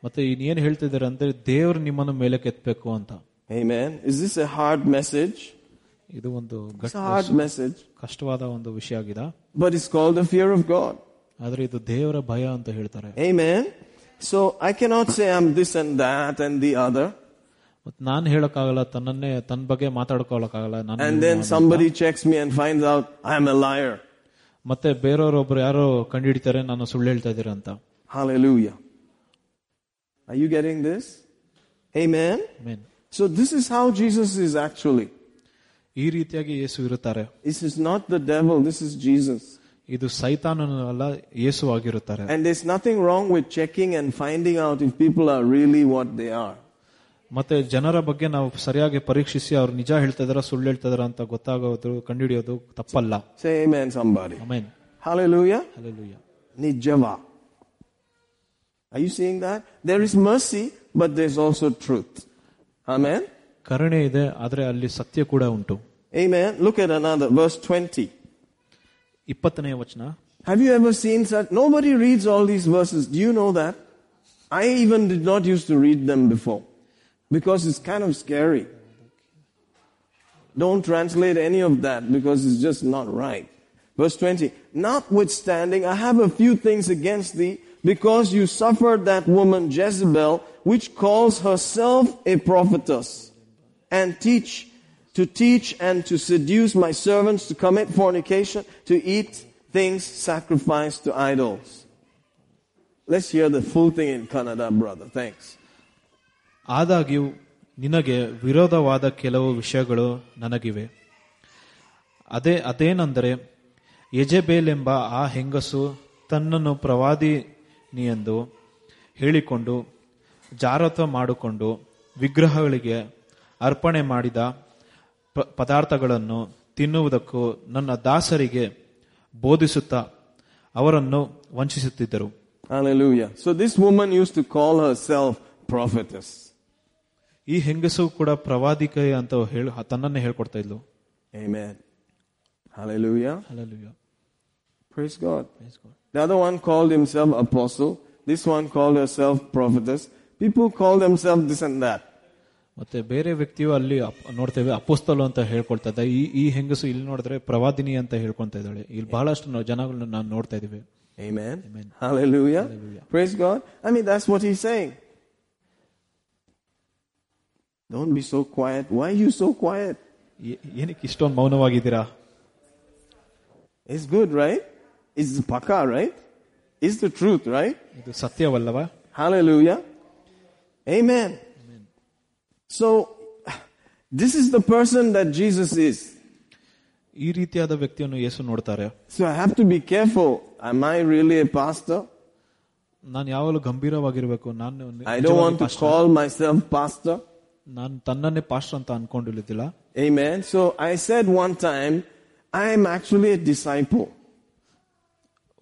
B: ಮತ್ತೆ ಇನ್ನೇನು ಹೇಳ್ತಿದ್ದಾರೆ ಅಂದ್ರೆ ದೇವರು ನಿಮ್ಮನ್ನು ಮೇಲೆ ಕೆತ್ತಬೇಕು ಅಂತ
A: Amen. Is this a hard message?
B: ಇದು ಒಂದು
A: It's
B: ಗಟ್ಟಿ
A: a hard message,
B: ಕಷ್ಟವಾದ ಒಂದು ವಿಷಯ ಆಗಿದೆ
A: but it's called the fear of God.
B: ಆದ್ರೆ ಇದು ದೇವರ ಭಯ ಅಂತ ಹೇಳ್ತಾರೆ
A: Amen. So I cannot say I'm this and that and the other,
B: ಮತ್ತೆ ನಾನು ಹೇಳಕ್ಕಾಗಲ್ಲ ತನ್ನನ್ನೇ ತನ್ನ ಬಗ್ಗೆ ಮಾತಾಡ್ಕೊಳಕ್ಕಾಗಲ್ಲ ನಾನು
A: and then somebody checks me and finds out I'm a liar.
B: ಮತ್ತೆ ಬೇರೆಯವರೊಬ್ರು ಯಾರೋ ಕಂಡುಹಿಡಿತಾರೆ ನಾನು ಸುಳ್ಳು ಹೇಳ್ತಾ ಇದ್ದೀರ ಅಂತ
A: Hallelujah. Are you getting this? Amen.
B: ಮೇನ್
A: So this is how Jesus is actually.
B: ಈ ರೀತಿಯಾಗಿ ಯೇಸು ಇರುತ್ತಾರೆ
A: This is not the devil, this is Jesus.
B: ಇದು ಸೈತಾನನು ಅಲ್ಲ ಯೇಸು ಆಗಿರುತ್ತಾರೆ
A: And there's nothing wrong with checking and finding out if people are really what they are.
B: ಮತ್ತೆ ಜನರ ಬಗ್ಗೆ ನಾವು ಸರಿಯಾಗಿ ಪರೀಕ್ಷಿಸಿ ಅವ್ರು ನಿಜ ಹೇಳ್ತಾ ಇದಾರ ಸುಳ್ಳು ಹೇಳ್ತಾ ಇದಾರ ಅಂತ ಗೊತ್ತಾಗೋದು ಕಂಡುಹಿಡಿಯೋದು ತಪ್ಪಲ್ಲ
A: Say amen, somebody.
B: Amen
A: Hallelujah.
B: Hallelujah.
A: Nijava. Are you seeing that? There is mercy, but there's also truth. Amen.
B: ಕರುಣೆ ಇದೆ ಆದ್ರೆ ಅಲ್ಲಿ ಸತ್ಯ ಕೂಡ ಉಂಟು
A: Amen. Look at another, verse 20.
B: ಇಪ್ಪತ್ತನೆಯ ವಚನ
A: Have you ever seen such? Nobody reads all these verses. Do you know that? I even did not used to read them before because it's kind of scary. Don't translate any of that because it's just not right. Verse 20. Notwithstanding, I have a few things against thee because you suffered that woman Jezebel, which calls herself a prophetess, and teach to teach and to seduce my servants to commit fornication, to eat things sacrificed to idols. Let's hear the full thing in Kannada, brother. Thanks.
B: ಆದಾಗ್ಯೂ ನಿನಗೆ ವಿರೋಧವಾದ ಕೆಲವು ವಿಷಯಗಳು ನನಗಿವೆ ಅದೇ ಅದೇನೆಂದರೆ ಯಜಬೇಲೆಂಬ ಆ ಹೆಂಗಸು ತನ್ನನ್ನು ಪ್ರವಾದಿನಿಯೆಂದು ಹೇಳಿಕೊಂಡು ಜಾರತ ಮಾಡಿಕೊಂಡು ವಿಗ್ರಹಗಳಿಗೆ ಅರ್ಪಣೆ ಮಾಡಿದ ಪ- ಪದಾರ್ಥಗಳನ್ನು ತಿನ್ನುವುದಕ್ಕೂ ನನ್ನ ದಾಸರಿಗೆ ಬೋಧಿಸುತ್ತಾ ಅವರನ್ನು ವಂಚಿಸುತ್ತಿದ್ದರು
A: Hallelujah. So this woman used to call herself prophetess.
B: ಈ ಹೆಂಗಸು ಕೂಡ ಪ್ರವಾದಿಕೆ ಅಂತ ಹೇಳಿ ತನ್ನನ್ನೇ ಹೇಳ್ಕೊಡ್ತಾ ಇದ್ಲು
A: Amen. Hallelujah. Praise God.
B: Praise God.
A: The other one called himself apostle. This one called herself prophetess. People call themselves this and that.
B: ಮತ್ತೆ ಬೇರೆ ವ್ಯಕ್ತಿಯು ಅಲ್ಲಿ ಅಪ್- ನೋಡ್ತೇವೆ ಅಪೋಸ್ತಲು ಅಂತ ಹೇಳ್ಕೊಳ್ತಾ ಇದ್ದ ಈ ಈ ಹೆಂಗಸು ಇಲ್ಲಿ ನೋಡಿದ್ರೆ ಪ್ರವಾದಿನಿ ಅಂತ ಹೇಳ್ಕೊಂತ ಇದ್ದಾಳೆ ಇಲ್ಲಿ ಬಹಳಷ್ಟು ನಾವು ಜನಗಳನ್ನ ನಾವು ನೋಡ್ತಾ ಇದೀವಿ
A: Amen. Hallelujah. Praise God. I mean, that's what he's saying. Don't be so quiet. Why are you so quiet?
B: ಏ- ಏನಕ್ಕೆ ಇಷ್ಟೊಂದು ಮೌನವಾಗಿದ್ದೀರಾ
A: It's good, right? It's paka, right? It's the truth, right?
B: ಇದು ಸತ್ಯವಲ್ಲವ
A: Hallelujah. Amen. So, this is the person that Jesus is.
B: ಈ ರೀತಿಯಾದ ವ್ಯಕ್ತಿಯನ್ನು ಯೇಸು ನೋಡ್ತಾರೆ
A: So, I have to be careful. Am I really a pastor?
B: ನಾನು ಯಾವಾಗಲೂ ಗಂಭೀರವಾಗಿರ್ಬೇಕು ನಾನು
A: I don't want to call myself pastor.
B: ನಾನು ತನ್ನನ್ನೇ ಪಾಸ್ಟರ್ ಅಂತ ಅನ್ಕೊಂಡಿಲ್ಲ
A: Amen. So I said one time, I am actually a disciple.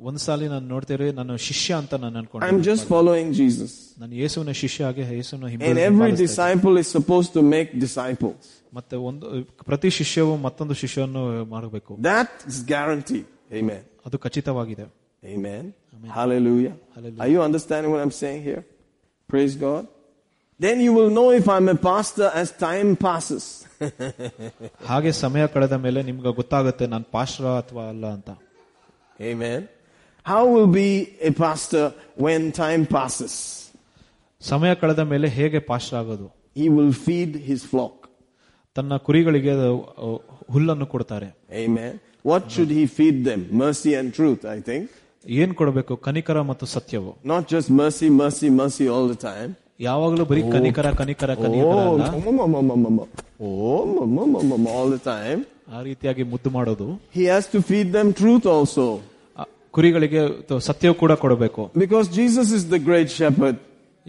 B: ಒಂದ್ ಸಾಲಿ ನಾನು ನೋಡ್ತೇವೆ ನಾನು ಶಿಷ್ಯ ಅಂತ ನಾನು
A: I'm
B: ಅನ್ಕೊಂಡೆ
A: just following Jesus.
B: ನಾನು ಯೇಸುವಿನ ಶಿಷ್ಯ ಆಗಿ ಯೇಸುವಿನ
A: And
B: ಹಿಂಬಾಲಿಸ್ತಾ
A: every
B: ಇದ್ದೆ.
A: disciple is supposed to make disciples.
B: ಮತ್ತೆ ಒಂದು ಪ್ರತಿ ಶಿಷ್ಯವು ಮತ್ತೊಂದು ಶಿಷ್ಯವನ್ನು ಮಾಡಬೇಕು
A: That is guaranteed. Amen.
B: ಅದು ಖಚಿತವಾಗಿದೆ
A: Amen. Hallelujah.
B: Hallelujah.
A: Are you understanding what I'm saying here? Praise God. Then you will know if I'm a pastor as time passes. <laughs>
B: ಹಾಗೆ ಸಮಯ ಕಳೆದ ಮೇಲೆ ನಿಮ್ಗೆ ಗೊತ್ತಾಗುತ್ತೆ ನಾನು ಪಾಶ್ರ ಅಥವಾ ಅಲ್ಲ ಅಂತ
A: Amen. How will be a pastor when time passes?
B: ಸಮಯ ಕಳೆದ ಮೇಲೆ ಹೇಗೆ ಪಾಶ್ರ ಆಗೋದು
A: He will feed his flock.
B: ತನ್ನ ಕುರಿಗಳಿಗೆ ಅಹ್, ಹುಲ್ಲನ್ನು ಕೊಡ್ತಾರೆ
A: Amen. What should he feed them? Mercy and truth, I think.
B: ಏನ್ ಕೊಡಬೇಕು ಕನಿಕರ ಮತ್ತು ಸತ್ಯವು
A: Not just mercy, mercy, mercy all the time.
B: ಯಾವಾಗಲೂ ಬರೀ ಕನಿಕರ ಕನಿಕರ ಕನಿಕರ
A: Oh,
B: ಅಲ್ಲ
A: mm, mm, mm, mm, mm. oh, mm, mm, mm, mm, all the time.
B: ಆ ರೀತಿಯಾಗಿ ಮುದ್ದು ಮಾಡೋದು
A: He has to feed them truth also.
B: ಆ ಕುರಿಗಳಿಗೆ ತ- ಸತ್ಯವು ಕೂಡ ಕೊಡಬೇಕು
A: Because Jesus is the great shepherd.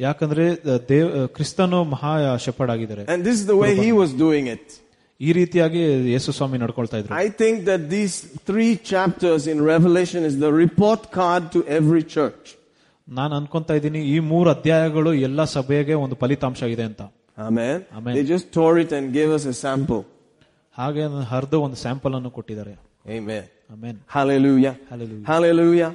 B: ಯಾಕಂದ್ರೆ ಅಹ್, ದೇವ್ ಕ್ರಿಸ್ತನು ಮಹಾ ಶೆಪರ್ಡ್ ಆಗಿದ್ದಾರೆ
A: And this is the way he was doing it.
B: ಈ ರೀತಿಯಾಗಿ ಯೇಸು ಸ್ವಾಮಿ ನಡ್ಕೊಳ್ತಾ ಇದ್ರು
A: I think that these three chapters in Revelation is the report card to every church.
B: ನಾನು ಅನ್ಕೊಂತಾ ಇದ್ದೀನಿ ಈ ಮೂರು ಅಧ್ಯಾಯಗಳು ಎಲ್ಲ ಸಭೆಗೆ ಒಂದು ಫಲಿತಾಂಶ ಇದೆ ಅಂತ
A: Amen.
B: Amen.
A: They just tore it and gave us a sample.
B: ಹಾಗೆ ಹರಿದು ಒಂದು ಸ್ಯಾಂಪಲ್ ಅನ್ನು ಕೊಟ್ಟಿದ್ದಾರೆ
A: Amen.
B: Amen
A: Hallelujah.
B: Hallelujah.
A: Hallelujah.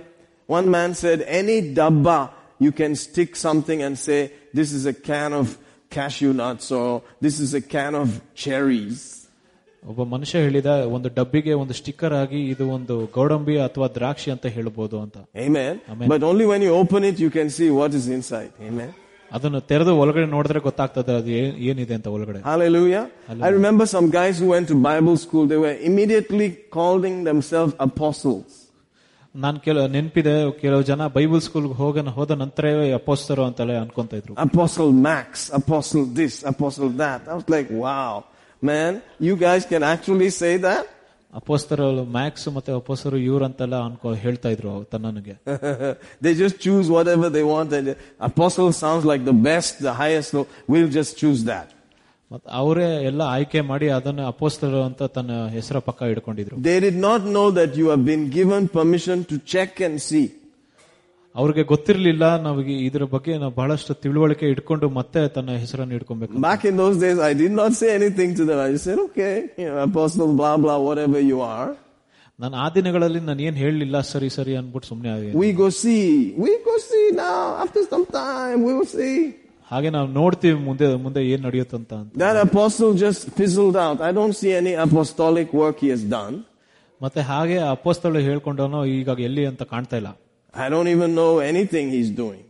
A: One man said, any dabba, you can stick something and say, this is a can of cashew nuts or this is a can of cherries.
B: ಒಬ್ಬ ಮನುಷ್ಯ ಹೇಳಿದ ಒಂದು ಡಬ್ಬಿಗೆ ಒಂದು sticker ಆಗಿ ಇದು ಒಂದು ಗೋಡಂಬಿ ಅಥವಾ ದ್ರಾಕ್ಷಿ ಅಂತ ಹೇಳ್ಬೋದು ಅಂತ
A: Amen.
B: Amen.
A: But only when you open it, you can see what is inside. Amen.
B: ಅದನ್ನು ತೆರೆದು ಒಳಗಡೆ ನೋಡಿದ್ರೆ ಗೊತ್ತಾಗ್ತದೆ ಅದು ಏನ್- ಏನಿದೆ ಅಂತ ಒಳಗಡೆ
A: Hallelujah. I remember some guys who went to Bible school, they were immediately calling themselves apostles.
B: ನಾನು ಕೆಲವು ನೆನಪಿದೆ ಕೆಲವು ಜನ ಬೈಬಲ್ ಸ್ಕೂಲ್ ಹೋಗನ ಹೋದ ನಂತರವೇ ಅಪೋಸ್ತರು ಅಂತಲೇ ಅನ್ಕೊಂತ ಇದ್ರು
A: Apostle Max, apostle this, apostle that. <laughs> I was like, wow, man, you guys can actually say that?
B: ಅಪೋಸ್ತರು ಮ್ಯಾಕ್ಸ್ ಮತ್ತೆ ಅಪೋಸ್ತರು ಇವ್ರಂತೆಲ್ಲ ಅನ್ಕೋ ಹೇಳ್ತಾ ಇದ್ರು ಅವ್ರು ತನ್ನನಿಗೆ
A: they just choose whatever they want. And apostle sounds like the best, the highest. No, we'll just choose that.
B: ಮತ್ತೆ ಅವರೇ ಎಲ್ಲ ಆಯ್ಕೆ ಮಾಡಿ ಅದನ್ನ ಅಪೋಸ್ತರು ಅಂತ ತನ್ನ ಹೆಸರ ಪಕ್ಕ ಇಡ್ಕೊಂಡಿದ್ರು
A: They did not know that you have been given permission to check and see.
B: ಅವ್ರಿಗೆ ಗೊತ್ತಿರ್ಲಿಲ್ಲ ನಮಗೆ ಇದ್ರ ಬಗ್ಗೆ ನಾವು ಬಹಳಷ್ಟು ತಿಳುವಳಿಕೆ ಇಟ್ಕೊಂಡು ಮತ್ತೆ ತನ್ನ ಹೆಸರನ್ನು ಇಟ್ಕೊಬೇಕು
A: Back in those days, I did not say anything to them. I just said, okay, you know, apostle, blah, blah, whatever you are.
B: ನಾನು ಆ ದಿನಗಳಲ್ಲಿ ನಾನು ಏನ್ ಹೇಳಲಿಲ್ಲ ಸರಿ ಸರಿ ಅನ್ಬಿಟ್ಟು ಸುಮ್ನೆ ಆಗಿ
A: We go see. We go see now. After some time, we will see.
B: ಹಾಗೆ ನಾವು ನೋಡ್ತೀವಿ ಮುಂದೆ ಮುಂದೆ ಏನ್ ನಡೆಯುತ್ತಂತ ಅಂತ
A: That apostle just fizzled out. I don't see any apostolic work he has done.
B: ಮತ್ತೆ ಹಾಗೆ ಅಪೋಸ್ತಳು ಹೇಳ್ಕೊಂಡವನು ಈಗ ಎಲ್ಲಿ ಅಂತ ಕಾಣ್ತಾ ಇಲ್ಲ
A: I don't even know anything he's doing.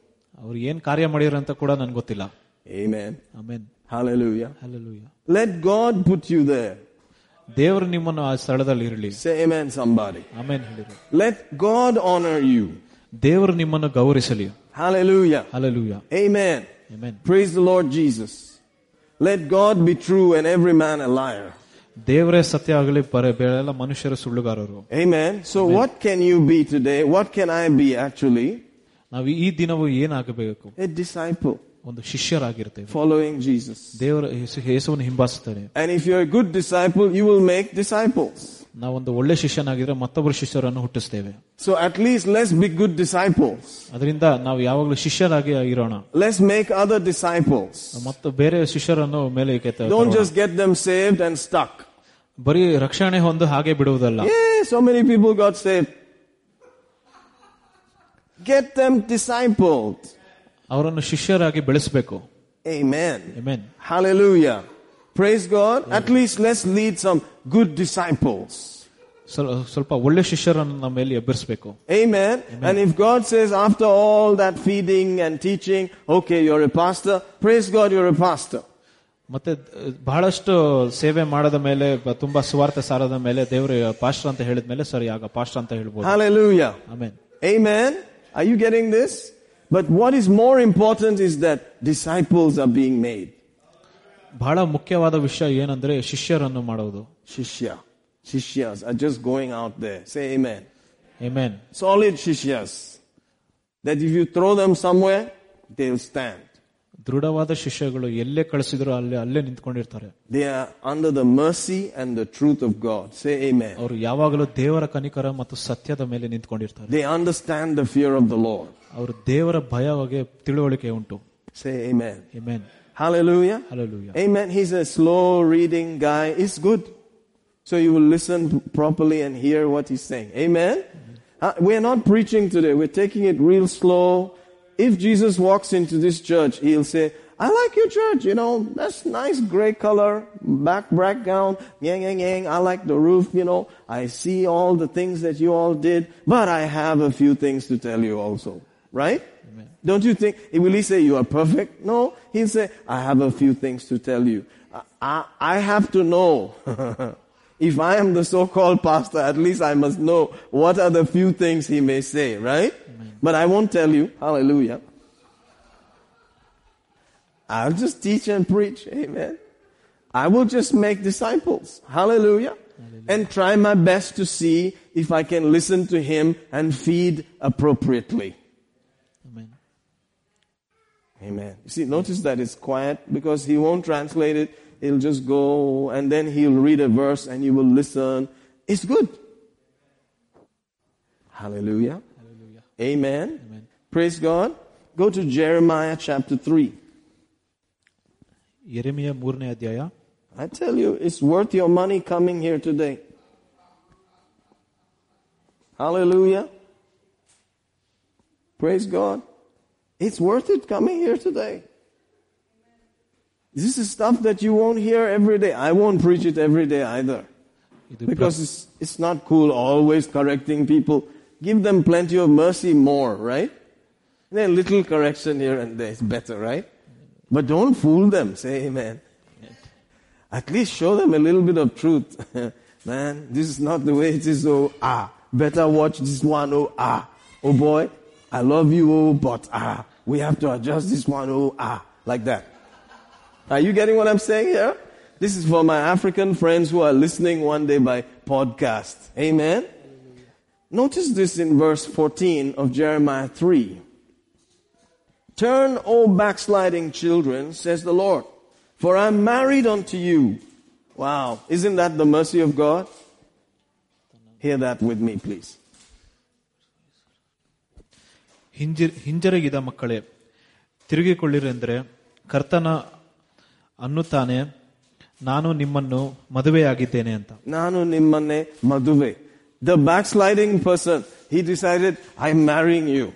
B: ಅವ್ರು ಏನ್ ಕಾರ್ಯ ಮಾಡಿದ್ರು ಅಂತ ಕೂಡ ನನ್ಗೆ ಗೊತ್ತಿಲ್ಲ
A: Amen.
B: Amen
A: Hallelujah.
B: Hallelujah
A: Let God put you there.
B: ದೇವರು ನಿಮ್ಮನ್ನು ಆ ಸ್ಥಳದಲ್ಲಿ ಇರಲಿ
A: Say amen, somebody.
B: Amen ಹೇಳಿರು
A: Let God honor you.
B: ದೇವರು ನಿಮ್ಮನ್ನು ಗೌರವಿಸಲಿ
A: Hallelujah.
B: Hallelujah
A: Amen.
B: Amen
A: Praise the Lord Jesus. Let God be true and every man a liar.
B: ದೇವರೇ ಸತ್ಯ ಆಗಲಿ ಬರ ಬೇರೆಲ್ಲ ಮನುಷ್ಯರು ಸುಳ್ಳುಗಾರರು
A: Amen. So what can you be today? What can I be actually?
B: ನಾವು ಈ ದಿನವೂ ಏನಾಗಬೇಕು
A: A disciple
B: ಒಂದು ಶಿಷ್ಯರಾಗಿರ್ತೇವೆ
A: following Jesus.
B: ದೇವರ ಯೇಸು- ಯೇಸುವನ್ನು ಹಿಂಬಾಲಿಸ್ತಾರೆ
A: And if you're a good disciple, you will make disciples.
B: ನಾವೊಂದು ಒಳ್ಳೆ ಶಿಷ್ಯನಾಗಿದ್ರೆ ಮತ್ತೊಬ್ಬರು ಶಿಷ್ಯರನ್ನು ಹುಟ್ಟಿಸ್ತೇವೆ
A: So at least let's be good disciples.
B: ಅದರಿಂದ ನಾವು ಯಾವಾಗಲೂ ಶಿಷ್ಯರಾಗಿ ಇರೋಣ
A: Let's make other disciples.
B: ಮತ್ತು ಬೇರೆ ಶಿಷ್ಯರನ್ನು ಮೇಲೆ ಏಕೆ ತ-
A: Don't
B: ತರೋಣ?
A: just get them saved and stuck.
B: ಬರೀ ರಕ್ಷಣೆ ಹೊಂದು ಹಾಗೆ ಬಿಡುವುದಲ್ಲ
A: Yeah, so many people got saved. Get them discipled.
B: ಅವರನ್ನು ಶಿಷ್ಯರಾಗಿ ಬೆಳೆಸಬೇಕು
A: Amen.
B: Amen
A: Hallelujah. Praise God. At least let's lead some good disciples.
B: ಸ್ವಲ್- ಸ್ವಲ್ಪ ಒಳ್ಳೆ ಶಿಷ್ಯರನ್ನು ನಮ್ಮ ಮೇಲೆ ಎಬ್ಬರಿಸಬೇಕು
A: Amen. And if God says after all that feeding and teaching, okay, you're a pastor, praise God, you're a pastor.
B: ಮತ್ತೆ ಅಹ್, ಬಹಳಷ್ಟು ಸೇವೆ ಮಾಡದ ಮೇಲೆ ಬ- ತುಂಬಾ ಸುವಾರ್ಥ ಸಾರದ ಮೇಲೆ ದೇವರು ಪಾಸ್ಟರ್ ಅಂತ ಹೇಳಿದ ಮೇಲೆ ಸರಿ ಆಗ ಪಾಸ್ಟರ್ ಅಂತ ಹೇಳ್ಬೋದು
A: Hallelujah.
B: Amen
A: Amen. Are you getting this? But what is more important is that disciples are being made.
B: ಬಹಳ ಮುಖ್ಯವಾದ ವಿಷಯ ಏನಂದ್ರೆ ಶಿಷ್ಯರನ್ನು ಮಾಡೋದು
A: Shishya. Shishyas are just going out there. Say amen.
B: Amen
A: Solid shishyas. That if you throw them somewhere, they'll stand.
B: ದೃಢವಾದ ಶಿಷ್ಯಗಳು ಎಲ್ಲೇ ಕಳಿಸಿದ್ರು ಅಲ್ಲೇ ಅಲ್ಲೇ ನಿಂತ್ಕೊಂಡಿರ್ತಾರೆ
A: They are under the mercy and the truth of God. Say amen.
B: ಅವರು ಯಾವಾಗಲೂ ದೇವರ ಕನಿಕರ ಮತ್ತು ಸತ್ಯದ ಮೇಲೆ ನಿಂತ್ಕೊಂಡಿರ್ತಾರೆ
A: They understand the fear of the Lord.
B: ಅವರು ದೇವರ ಭಯವಾಗಿ ತಿಳುವಳಿಕೆ ಉಂಟು
A: Say amen.
B: Amen
A: Hallelujah.
B: Hallelujah.
A: Amen. He's a slow reading guy. It's good. So you will listen properly and hear what he's saying. Amen. Uh, we're not preaching today. We're taking it real slow. If Jesus walks into this church, he'll say, I like your church. You know, that's nice gray color, back background, yang, yang, yang. I like the roof. You know, I see all the things that you all did, but I have a few things to tell you also. Right? Don't you think, will he say you are perfect? No. He'll say, I have a few things to tell you. I, I, I have to know. <laughs> if I am the so-called pastor, at least I must know what are the few things he may say, right? But I won't tell you. Hallelujah. I'll just teach and preach. Amen. I will just make disciples. Hallelujah. And try my best to see if I can listen to him and feed appropriately.
B: Amen
A: Amen. You see, notice that it's quiet because he won't translate it. He'll just go and then he'll read a verse and you will listen. It's good. Hallelujah.
B: Hallelujah.
A: Amen.
B: Amen.
A: Praise God. Go to Jeremiah chapter 3.
B: ಎರೆಮಿಯ ಮೂರನೇ ಅಧ್ಯಾಯ
A: I tell you, it's worth your money coming here today. Hallelujah. Praise God. It's worth it coming here today. This is stuff that you won't hear every day. I won't preach it every day either.
B: ಇದು
A: Because it's, it's not cool always correcting people. Give them plenty of mercy more, right? And then little correction here and there is better, right? But don't fool them. Say amen. At least show them a little bit of truth. <laughs> Man, this is not the way it is. Oh, ah. Better watch this one. Oh, ah. Oh, boy. I love you. Oh, but ah. We have to adjust this one. Oh, ah. Like that. Are you getting what I'm saying here? This is for my African friends who are listening one day by podcast. Amen. Notice this in verse 14 of Jeremiah 3. Turn, O backsliding children, says the Lord, for I'm married unto you. Wow, isn't that the mercy of God? Hear that with me, please.
B: ಹಿಂಜಿ- ಹಿಂಜರಿಗಿದ ಮಕ್ಕಳೇ ತಿರುಗಿಕೊಳ್ಳಿರೆಂದರೆ ಕರ್ತನ ಅನ್ನುತ್ತಾನೆ ನಾನು ನಿಮ್ಮನ್ನು ಮದುವೆಯಾಗಿದ್ದೇನೆ ಅಂತ
A: Nanu nimmane maduve. The backsliding person, he decided, I'm marrying you.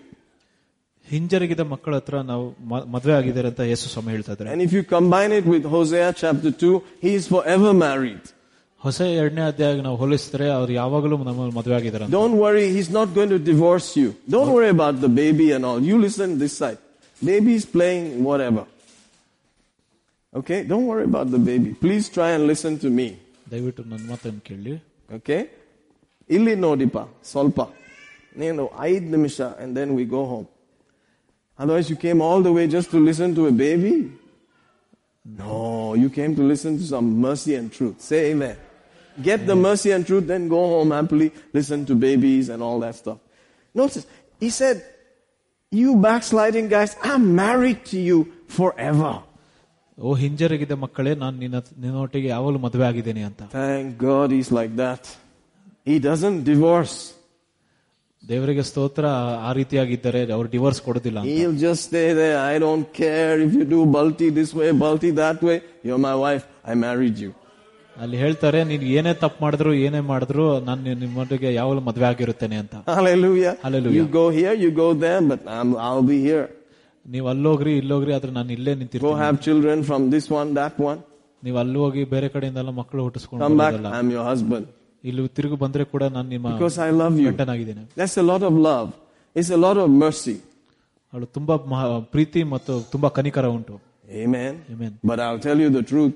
B: ಹಿಂಜರಿಗಿದ ಮಕ್ಕಳ ಹತ್ರ ನಾವು ಮ- ಮದುವೆ ಆಗಿದ್ದಾರೆ ಅಂತ ಯೇಸು ಸ್ವಾಮಿ ಹೇಳ್ತಾ ಇದ್ದಾರೆ
A: And if you combine it with Hosea chapter 2, he is forever married.
B: ಹೊಸ ಎರಡನೇ ಅಧ್ಯಾಯ ನಾವು ಹೋಲಿಸಿದ್ರೆ ಅವ್ರು ಯಾವಾಗಲೂ ನಮ್ಮ ಮದುವೆ ಆಗಿದ್ದಾರೆ ಅಂತ.
A: Don't worry, he's not going to divorce you. Don't worry about the baby and all. You listen this side. Baby is playing whatever. Okay? Don't worry about the baby. Please try and listen to me.
B: ದಯವಿಟ್ಟು ನನ್ನ ಮಾತನ್ನು ಕೇಳಿ
A: okay ಇಲ್ಲಿ ನೋಡಿಪ್ಪ ಸ್ವಲ್ಪ ನೀನು ಐದು ನಿಮಿಷ and then we go home otherwise you came all the way just to listen to a baby no you came to listen to some mercy and truth say may get the mercy and truth then go home happily listen to babies and all that stuff notes he said you back sliding guys I am married to you forever
B: ಓ ಹಿಂಜರಿಗಿದ ಮಕ್ಕಳೇ ನಾನು ನಿನ್ನ ನಿನ್ನೊಟ್ಟಿಗೆ ಯಾವಾಗಲೂ ಮದುವೆ ಆಗಿದ್ದೀನಿ ಅಂತ
A: thank God is like that he doesn't divorce
B: ದೇವರಿಗೆ ಸ್ತೋತ್ರ ಆ- ಆ ರೀತಿಯಾಗಿದ್ದಾರೆ ಅವ್ರು ಡಿವೋರ್ಸ್ ಕೊಡೋದಿಲ್ಲ ಅಂತ.
A: He'll just stay there. I don't care if you do balti this way, balti that way. You're my wife. I married you. <laughs>
B: ಅಲ್ಲಿ ಹೇಳ್ತಾರೆ ನೀನ್ ಏನೇ ತಪ್ಪು ಮಾಡಿದ್ರು ಏನೇ ಮಾಡಿದ್ರು ನಾನು ನಿಮ್ಮೊಟ್ಟಿಗೆ ಯಾವಾಗಲೂ ಮದುವೆ ಆಗಿರುತ್ತೇನೆ ಅಂತ
A: Hallelujah.
B: Hallelujah.
A: You go here, you go there, but I'm, I'll be here.
B: ನೀವ್ ಅಲ್ಲೋಗ್ರಿ ಇಲ್ಲೋಗ್ರಿ ಆದ್ರೆ ನಾನು ಇಲ್ಲೇ
A: Go
B: ನಿಂತಿರ್ತೀನಿ
A: have children from this one, that one.
B: ನೀವ್ ಅಲ್ಲಿ ಹೋಗಿ ಬೇರೆ ಕಡೆಯಿಂದ ಎಲ್ಲ ಮಕ್ಕಳು ಹುಟ್ಟಿಸ್ಕೊಂಡು
A: Come back.
B: ಬರೋದಲ್ಲ.
A: I'm your husband.
B: ಇಲ್ಲಿ ತಿರುಗಿ ಬಂದ್ರೆ ಕೂಡ ನಾನು ನಿಮ್ಮ
A: Because I love you.
B: ಗಂಟನಾಗಿದ್ದೇನೆ
A: That's a lot of love. It's a lot of mercy.
B: ಅವಳು ತುಂಬಾ ಮಹಾ- ಪ್ರೀತಿ ಮತ್ತು ತುಂಬಾ ಕನಿಕರ ಉಂಟು
A: Amen.
B: Amen.
A: But I'll tell you the truth.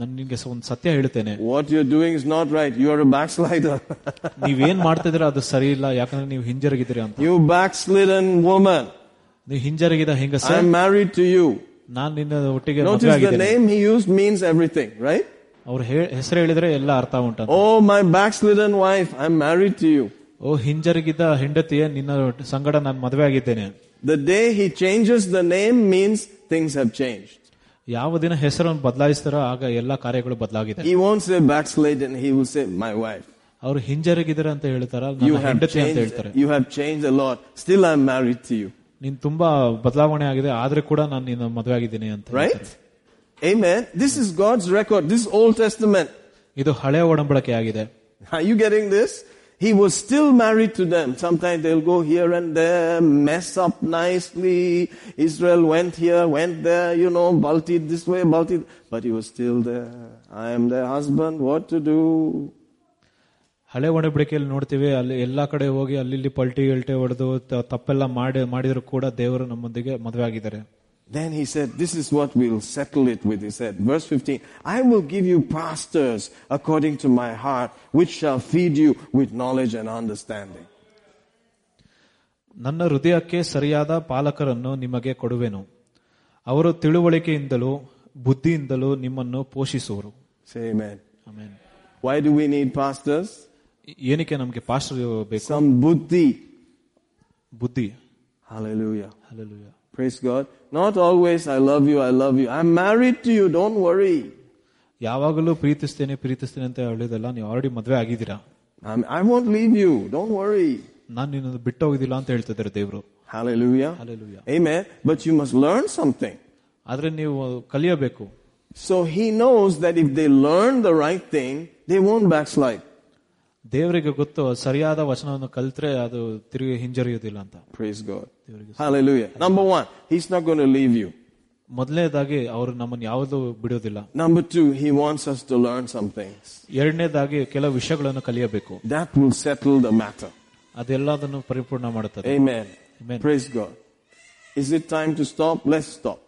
B: ನಾನು ನಿಮ್ಗೆ ಸ- ಒಂದ್ ಸತ್ಯ ಹೇಳ್ತೇನೆ
A: What you're doing is not right. You're a backslider. <laughs>
B: ನೀವೇನ್ ಮಾಡ್ತಿದ್ರ ಅದು ಸರಿ ಇಲ್ಲ ಯಾಕಂದ್ರೆ ನೀವು ಹಿಂಜರಿಗಿದ್ರಿ ಅಂತ
A: you backslidden woman.
B: ನೀವು ಹಿಂಜರಿಗಿದ ಹೆಂಗಸ
A: I'm married to you.
B: ನಾನ್ ನಿನ್ನ ಒಟ್ಟಿಗೆ ಮದುವೆ
A: Notice the
B: ಆಗಿದ್ದೇನೆ
A: name he used means everything, right?
B: ಅವ್ರ ಹೆಸರು ಹೇಳಿದ್ರೆ ಎಲ್ಲ ಅರ್ಥ ಉಂಟು ಅಂತ.
A: Oh, my backslidden wife, I'm married to you.
B: ಓ ಹಿಂಜರಿಗಿದ್ದ ಹೆಂಡತಿಯ ನಿನ್ನ ಸಂಗಡ ನಾನು ಮದುವೆ ಆಗಿದ್ದೇನೆ
A: The day he changes the name means things have changed.
B: ಯಾವ ದಿನ ಹೆಸರನ್ನು ಬದಲಾಯಿಸ್ತಾರೋ ಆಗ ಎಲ್ಲಾ ಕಾರ್ಯಗಳು ಬದಲಾಗಿದೆ
A: He won't say backslidden, he will say my wife.
B: ಅವ್ರು ಹಿಂಜರಿಗಿದ್ರ ಅಂತ ಹೇಳ್ತಾರ
A: You
B: ನನ್ನ
A: have
B: ಹೆಂಡತಿ ಅಂತ
A: changed,
B: ಹೇಳ್ತಾರೆ
A: you have changed a lot. Still I'm married to you.
B: ನೀನ್ ತುಂಬಾ ಬದಲಾವಣೆ ಆಗಿದೆ ಆದ್ರೆ ಕೂಡ ನಾನು ನಿನ್ನ ಮದುವೆ ಆಗಿದ್ದೀನಿ ಅಂತ ಹೇಳ್ತಾರೆ.
A: Right? Amen. This is God's record. This is Old Testament.
B: ಇದು ಹಳೆ ಒಡಂಬಡಿಕೆ ಆಗಿದೆ
A: <laughs> Are you getting this? He was still married to them. Sometimes they'll go here and there, mess up nicely. Israel went here, went there, you know, baltied this way, baltied. But he was still there. I am their husband. What to do?
B: ಹಳೆ ಒಡಂಬಡಿಕೆಯಲ್ಲಿ ನೋಡ್ತೀವಿ ಅಲ್ಲಿ ಎಲ್ಲಾ ಕಡೆ ಹೋಗಿ ಅಲ್ಲಿ ಇಲ್ಲಿ ಪಲ್ಟಿ guilty ಹೊಡೆದು ತಪ್ಪೆಲ್ಲ ಮಾಡಿ ಮಾಡಿದ್ರು ಕೂಡ ದೇವರು ನಮ್ಮೊಂದಿಗೆ ಮದುವೆ ಆಗಿದ್ದಾರೆ
A: Then he said, This is what we'll settle it with. He said, verse 15, I will give you pastors according to my heart, which shall feed you with knowledge and understanding.
B: ನನ್ನ ಹೃದಯಕ್ಕೆ ಸರಿಯಾದ ಪಾಲಕರನ್ನು ನಿಮಗೆ ಕೊಡುವೆನು ಅವರು ತಿಳುವಳಿಕೆಯಿಂದಲೂ ಬುದ್ಧಿಯಿಂದಲೂ ನಿಮ್ಮನ್ನು ಪೋಷಿಸುವರು
A: Say amen.
B: ಆಮೇಲೆ
A: Why do we need pastors?
B: ಏನಕ್ಕೆ ನಮಗೆ ಪಾಸ್ಟರ್ ಬೇಕು
A: Some buddhi.
B: ಬುದ್ಧಿ
A: Hallelujah.
B: Hallelujah.
A: Praise God. Not always, I love you, I love you. I'm married to you, don't worry.
B: ಯಾವಾಗಲೂ ಪ್ರೀತಿಸ್ತೇನೆ ಪ್ರೀತಿಸ್ತೇನೆ ಅಂತ ಹೇಳಿದಲ್ಲ ನೀವು ಆಲ್ರೆಡಿ ಮದುವೆ ಆಗಿದ್ದೀರಾ
A: I'm, I won't leave you, don't worry.
B: ನಾನು ನಿನ್ನನ್ನು ಬಿಟ್ಟು ಹೋಗಿದ್ದಿಲ್ಲ ಅಂತ ಹೇಳ್ತಿದ್ದಾರೆ ದೇವರು
A: Hallelujah.
B: Hallelujah.
A: Amen. But you must learn something.
B: ಆದ್ರೆ ನೀವು ಕಲಿಯಬೇಕು
A: So he knows that if they learn the right thing, they won't backslide.
B: ದೇವರಿಗೆ ಗೊತ್ತು ಸರಿಯಾದ ವಚನವನ್ನು ಕಲ್ತ್ರೆ ಅದು ತಿರುಗಿ ಹಿಂಜರಿಯೋದಿಲ್ಲ ಅಂತ
A: Praise God. Hallelujah. Number one, he's not going to leave you.
B: ಮೊದಲನೇದಾಗಿ ಅವರು ನಮ್ಮನ್ನು ಯಾವುದು ಬಿಡೋದಿಲ್ಲ
A: Number two, he wants us to learn some things.
B: ಎರಡನೇದಾಗಿ ಕೆಲವು ವಿಷಯಗಳನ್ನು ಕಲಿಯಬೇಕು
A: That will settle the matter.
B: ಅದೆಲ್ಲದನ್ನು ಪರಿಪೂರ್ಣ ಮಾಡುತ್ತದೆ
A: Amen.
B: Amen.
A: Praise God. Is it time to stop? Let's stop.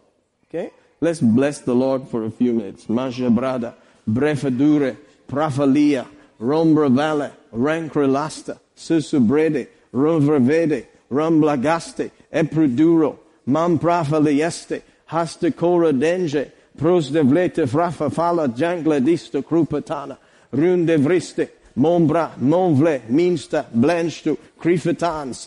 A: Okay? Let's bless the Lord for a few minutes. Maja brada, brefadure, prafalia, rombra vale, rancrelasta, susubrede, rovrevede, rumblagaste, epriduro, mam prafalieste, haste cora denge, Prosde vlete frafa fala jangle disto krupatana. Runde vriste mombra monvle minsta blenstu crifetans.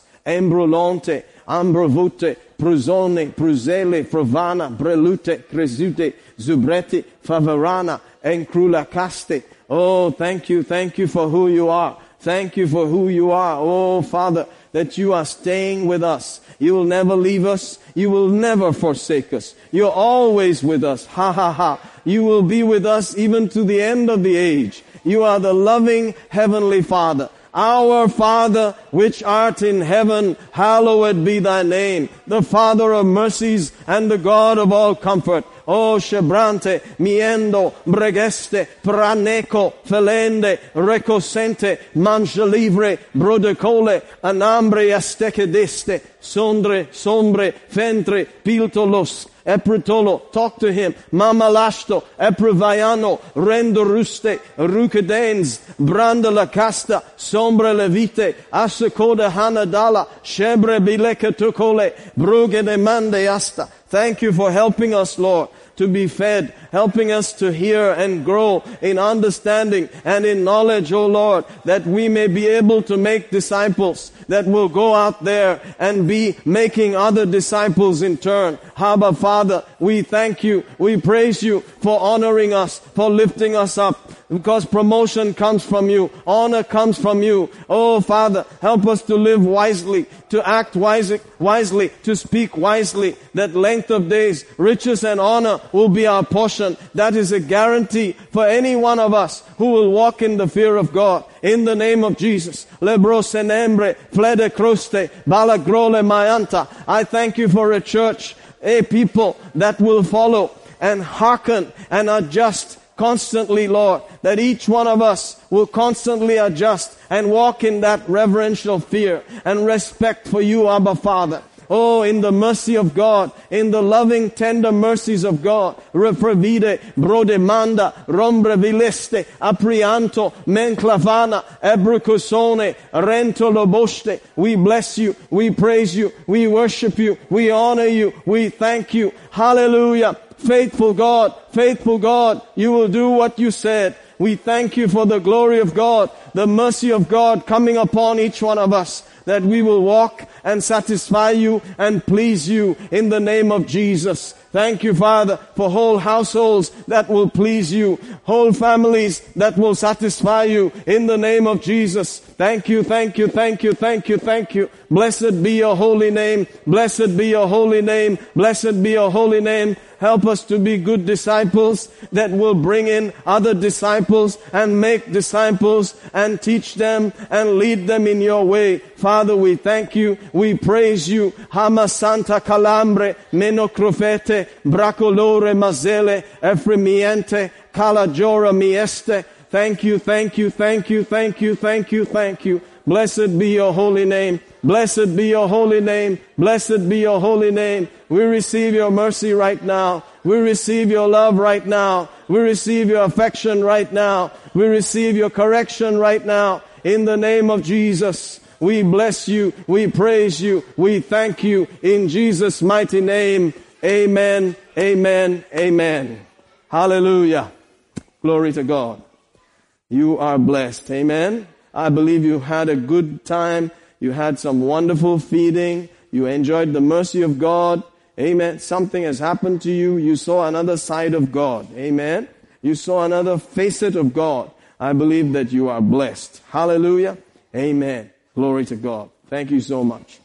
A: Embrulonte ambrovute pruzone pruzele provana brelute cresute zubrete favarana encrula caste. Oh, thank you, thank you for who you are. Thank you for who you are. Oh, Father, that you are staying with us. You will never leave us. You will never forsake us. You're always with us. Ha ha ha. You will be with us even to the end of the age. You are the loving Heavenly Father. Our Father, which art in heaven, hallowed be thy name. The Father of mercies and the God of all comfort. O Shebrante, Miendo, Bregeste, Praneco, Felende, Recosente, Mangelivre, Brodecole, Anambre, Astecedeste, Sondre, Sombre, Fentre, Piltolos, Epritolo, talk to him. Mamalashto, Epriviano, Rendoruste, Rucadens, Brandala Casta, Sombra Levite, Asakoda Hanadala, Shebre Bileka Tukole, Bruge de Mande Asta. Thank you for helping us, Lord, to be fed, helping us to hear and grow in understanding and in knowledge, O Lord, that we may be able to make disciples that will go out there and be making other disciples in turn. Haba Father, we thank you, we praise you for honoring us, for lifting us up, because promotion comes from you, honor comes from you. Oh Father, help us to live wisely, to act wisely, wisely, to speak wisely, that length of days, riches and honor will be our portion. That is a guarantee for any one of us who will walk in the fear of God. In the name of Jesus, lebro senembre, flede croste, balagrole mayanta. I thank you for a church, a people that will follow and hearken and adjust constantly, Lord, that each one of us will constantly adjust and walk in that reverential fear and respect for you, Abba Father. Oh, in the mercy of God, in the loving, tender mercies of God, reprovide, brodemanda, rombre vileste, aprianto, menclavana, ebrucusone, rento loboste. We bless you, we praise you, we worship you, we honor you, we thank you. Hallelujah. Faithful God, faithful God, you will do what you said. We thank you for the glory of God, the mercy of God coming upon each one of us, that we will walk and satisfy you and please you in the name of Jesus. Thank you, Father, for whole households that will please you, whole families that will satisfy you in the name of Jesus. Thank you, thank you, thank you, thank you, thank you. Blessed be your holy name. Blessed be your holy name. Blessed be your holy name. Help us to be good disciples that will bring in other disciples and make disciples and teach them and lead them in your way. Father, we thank you. We praise you. Hama Santa Calambre, Meno Crofete, Bracolore Mazele, Efremiente, Calajora Mieste. Thank you, thank you, thank you, thank you, thank you, thank you. Blessed be your holy name. Blessed be your holy name. Blessed be your holy name. We receive your mercy right now. We receive your love right now. We receive your affection right now. We receive your correction right now. In the name of Jesus, we bless you. We praise you. We thank you. In Jesus' mighty name, amen, amen, amen. Hallelujah. Glory to God. You are blessed. Amen. I believe you had a good time. You had some wonderful feeding. You enjoyed the mercy of God. Amen. Something has happened to you. You saw another side of God. Amen. You saw another facet of God. I believe that you are blessed. Hallelujah. Amen. Glory to God. Thank you so much.